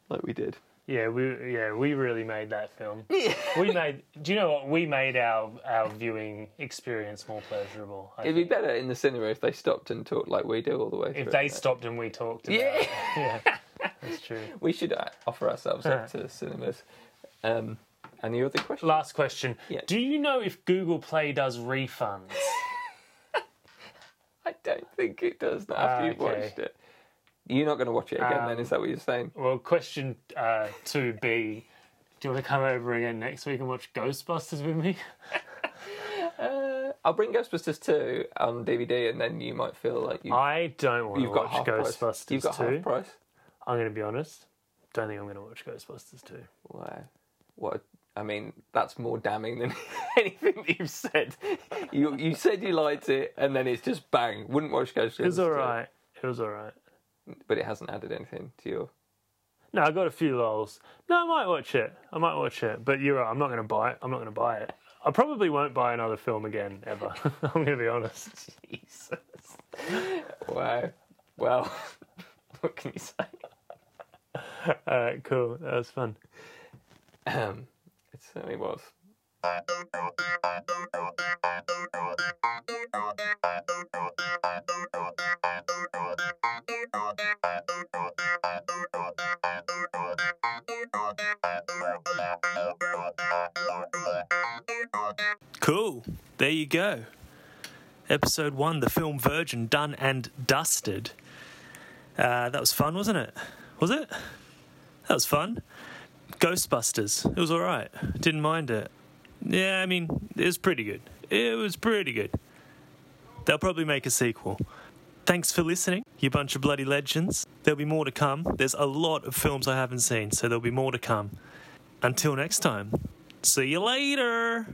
Speaker 2: like we did.
Speaker 1: Yeah, we yeah we really made that film. we made. Do you know what? We made our our viewing experience more pleasurable. I
Speaker 2: It'd be
Speaker 1: think.
Speaker 2: better in the cinema if they stopped and talked like we do all the way through.
Speaker 1: if they
Speaker 2: it.
Speaker 1: stopped and we talked. About
Speaker 2: Yeah.
Speaker 1: It. yeah, that's true.
Speaker 2: we should uh, offer ourselves up to cinemas. Um, any other questions?
Speaker 1: Last question.
Speaker 2: Yeah.
Speaker 1: Do you know if Google Play does refunds?
Speaker 2: I don't think it does now after
Speaker 1: Ah,
Speaker 2: you've
Speaker 1: okay. Um,
Speaker 2: watched it. You're not going to watch it again, then? Is that what you're saying?
Speaker 1: well, question uh, 2B. Do you want to come over again next week and watch Ghostbusters with me?
Speaker 2: I'll bring Ghostbusters 2 on DVD, and then you might feel like you,
Speaker 1: I don't want to
Speaker 2: you've got
Speaker 1: watch
Speaker 2: half price.
Speaker 1: Ghostbusters
Speaker 2: You've got
Speaker 1: 2.
Speaker 2: half price.
Speaker 1: I'm going to be honest. Don't think I'm going to watch Ghostbusters 2.
Speaker 2: Wow. What? a- I mean, that's more damning than anything that you've said. You you said you liked it, and then it's just bang. Wouldn't watch Ghostbusters.
Speaker 1: It was
Speaker 2: 2,
Speaker 1: all right. It was all right.
Speaker 2: but it hasn't added anything to your.
Speaker 1: No, I got a few lols. No, I might watch it. I might watch it. But you're right. I'm not going to buy it. I'm not going to buy it. I probably won't buy another film again ever. I'm going to be honest. Jesus.
Speaker 2: Wow. Well, what can you say?
Speaker 1: All right, cool. That was fun.
Speaker 2: Um, it certainly was.
Speaker 9: Cool. There you go. Episode one, the film Virgin, done and dusted. Uh, that was fun, wasn't it? Was it? That was fun. Ghostbusters. It was all right. Didn't mind it. Yeah, I mean, it was pretty good. It was pretty good. They'll probably make a sequel. Thanks for listening, you bunch of bloody legends. There'll be more to come. There's a lot of films I haven't seen, so there'll be more to come. Until next time, see you later.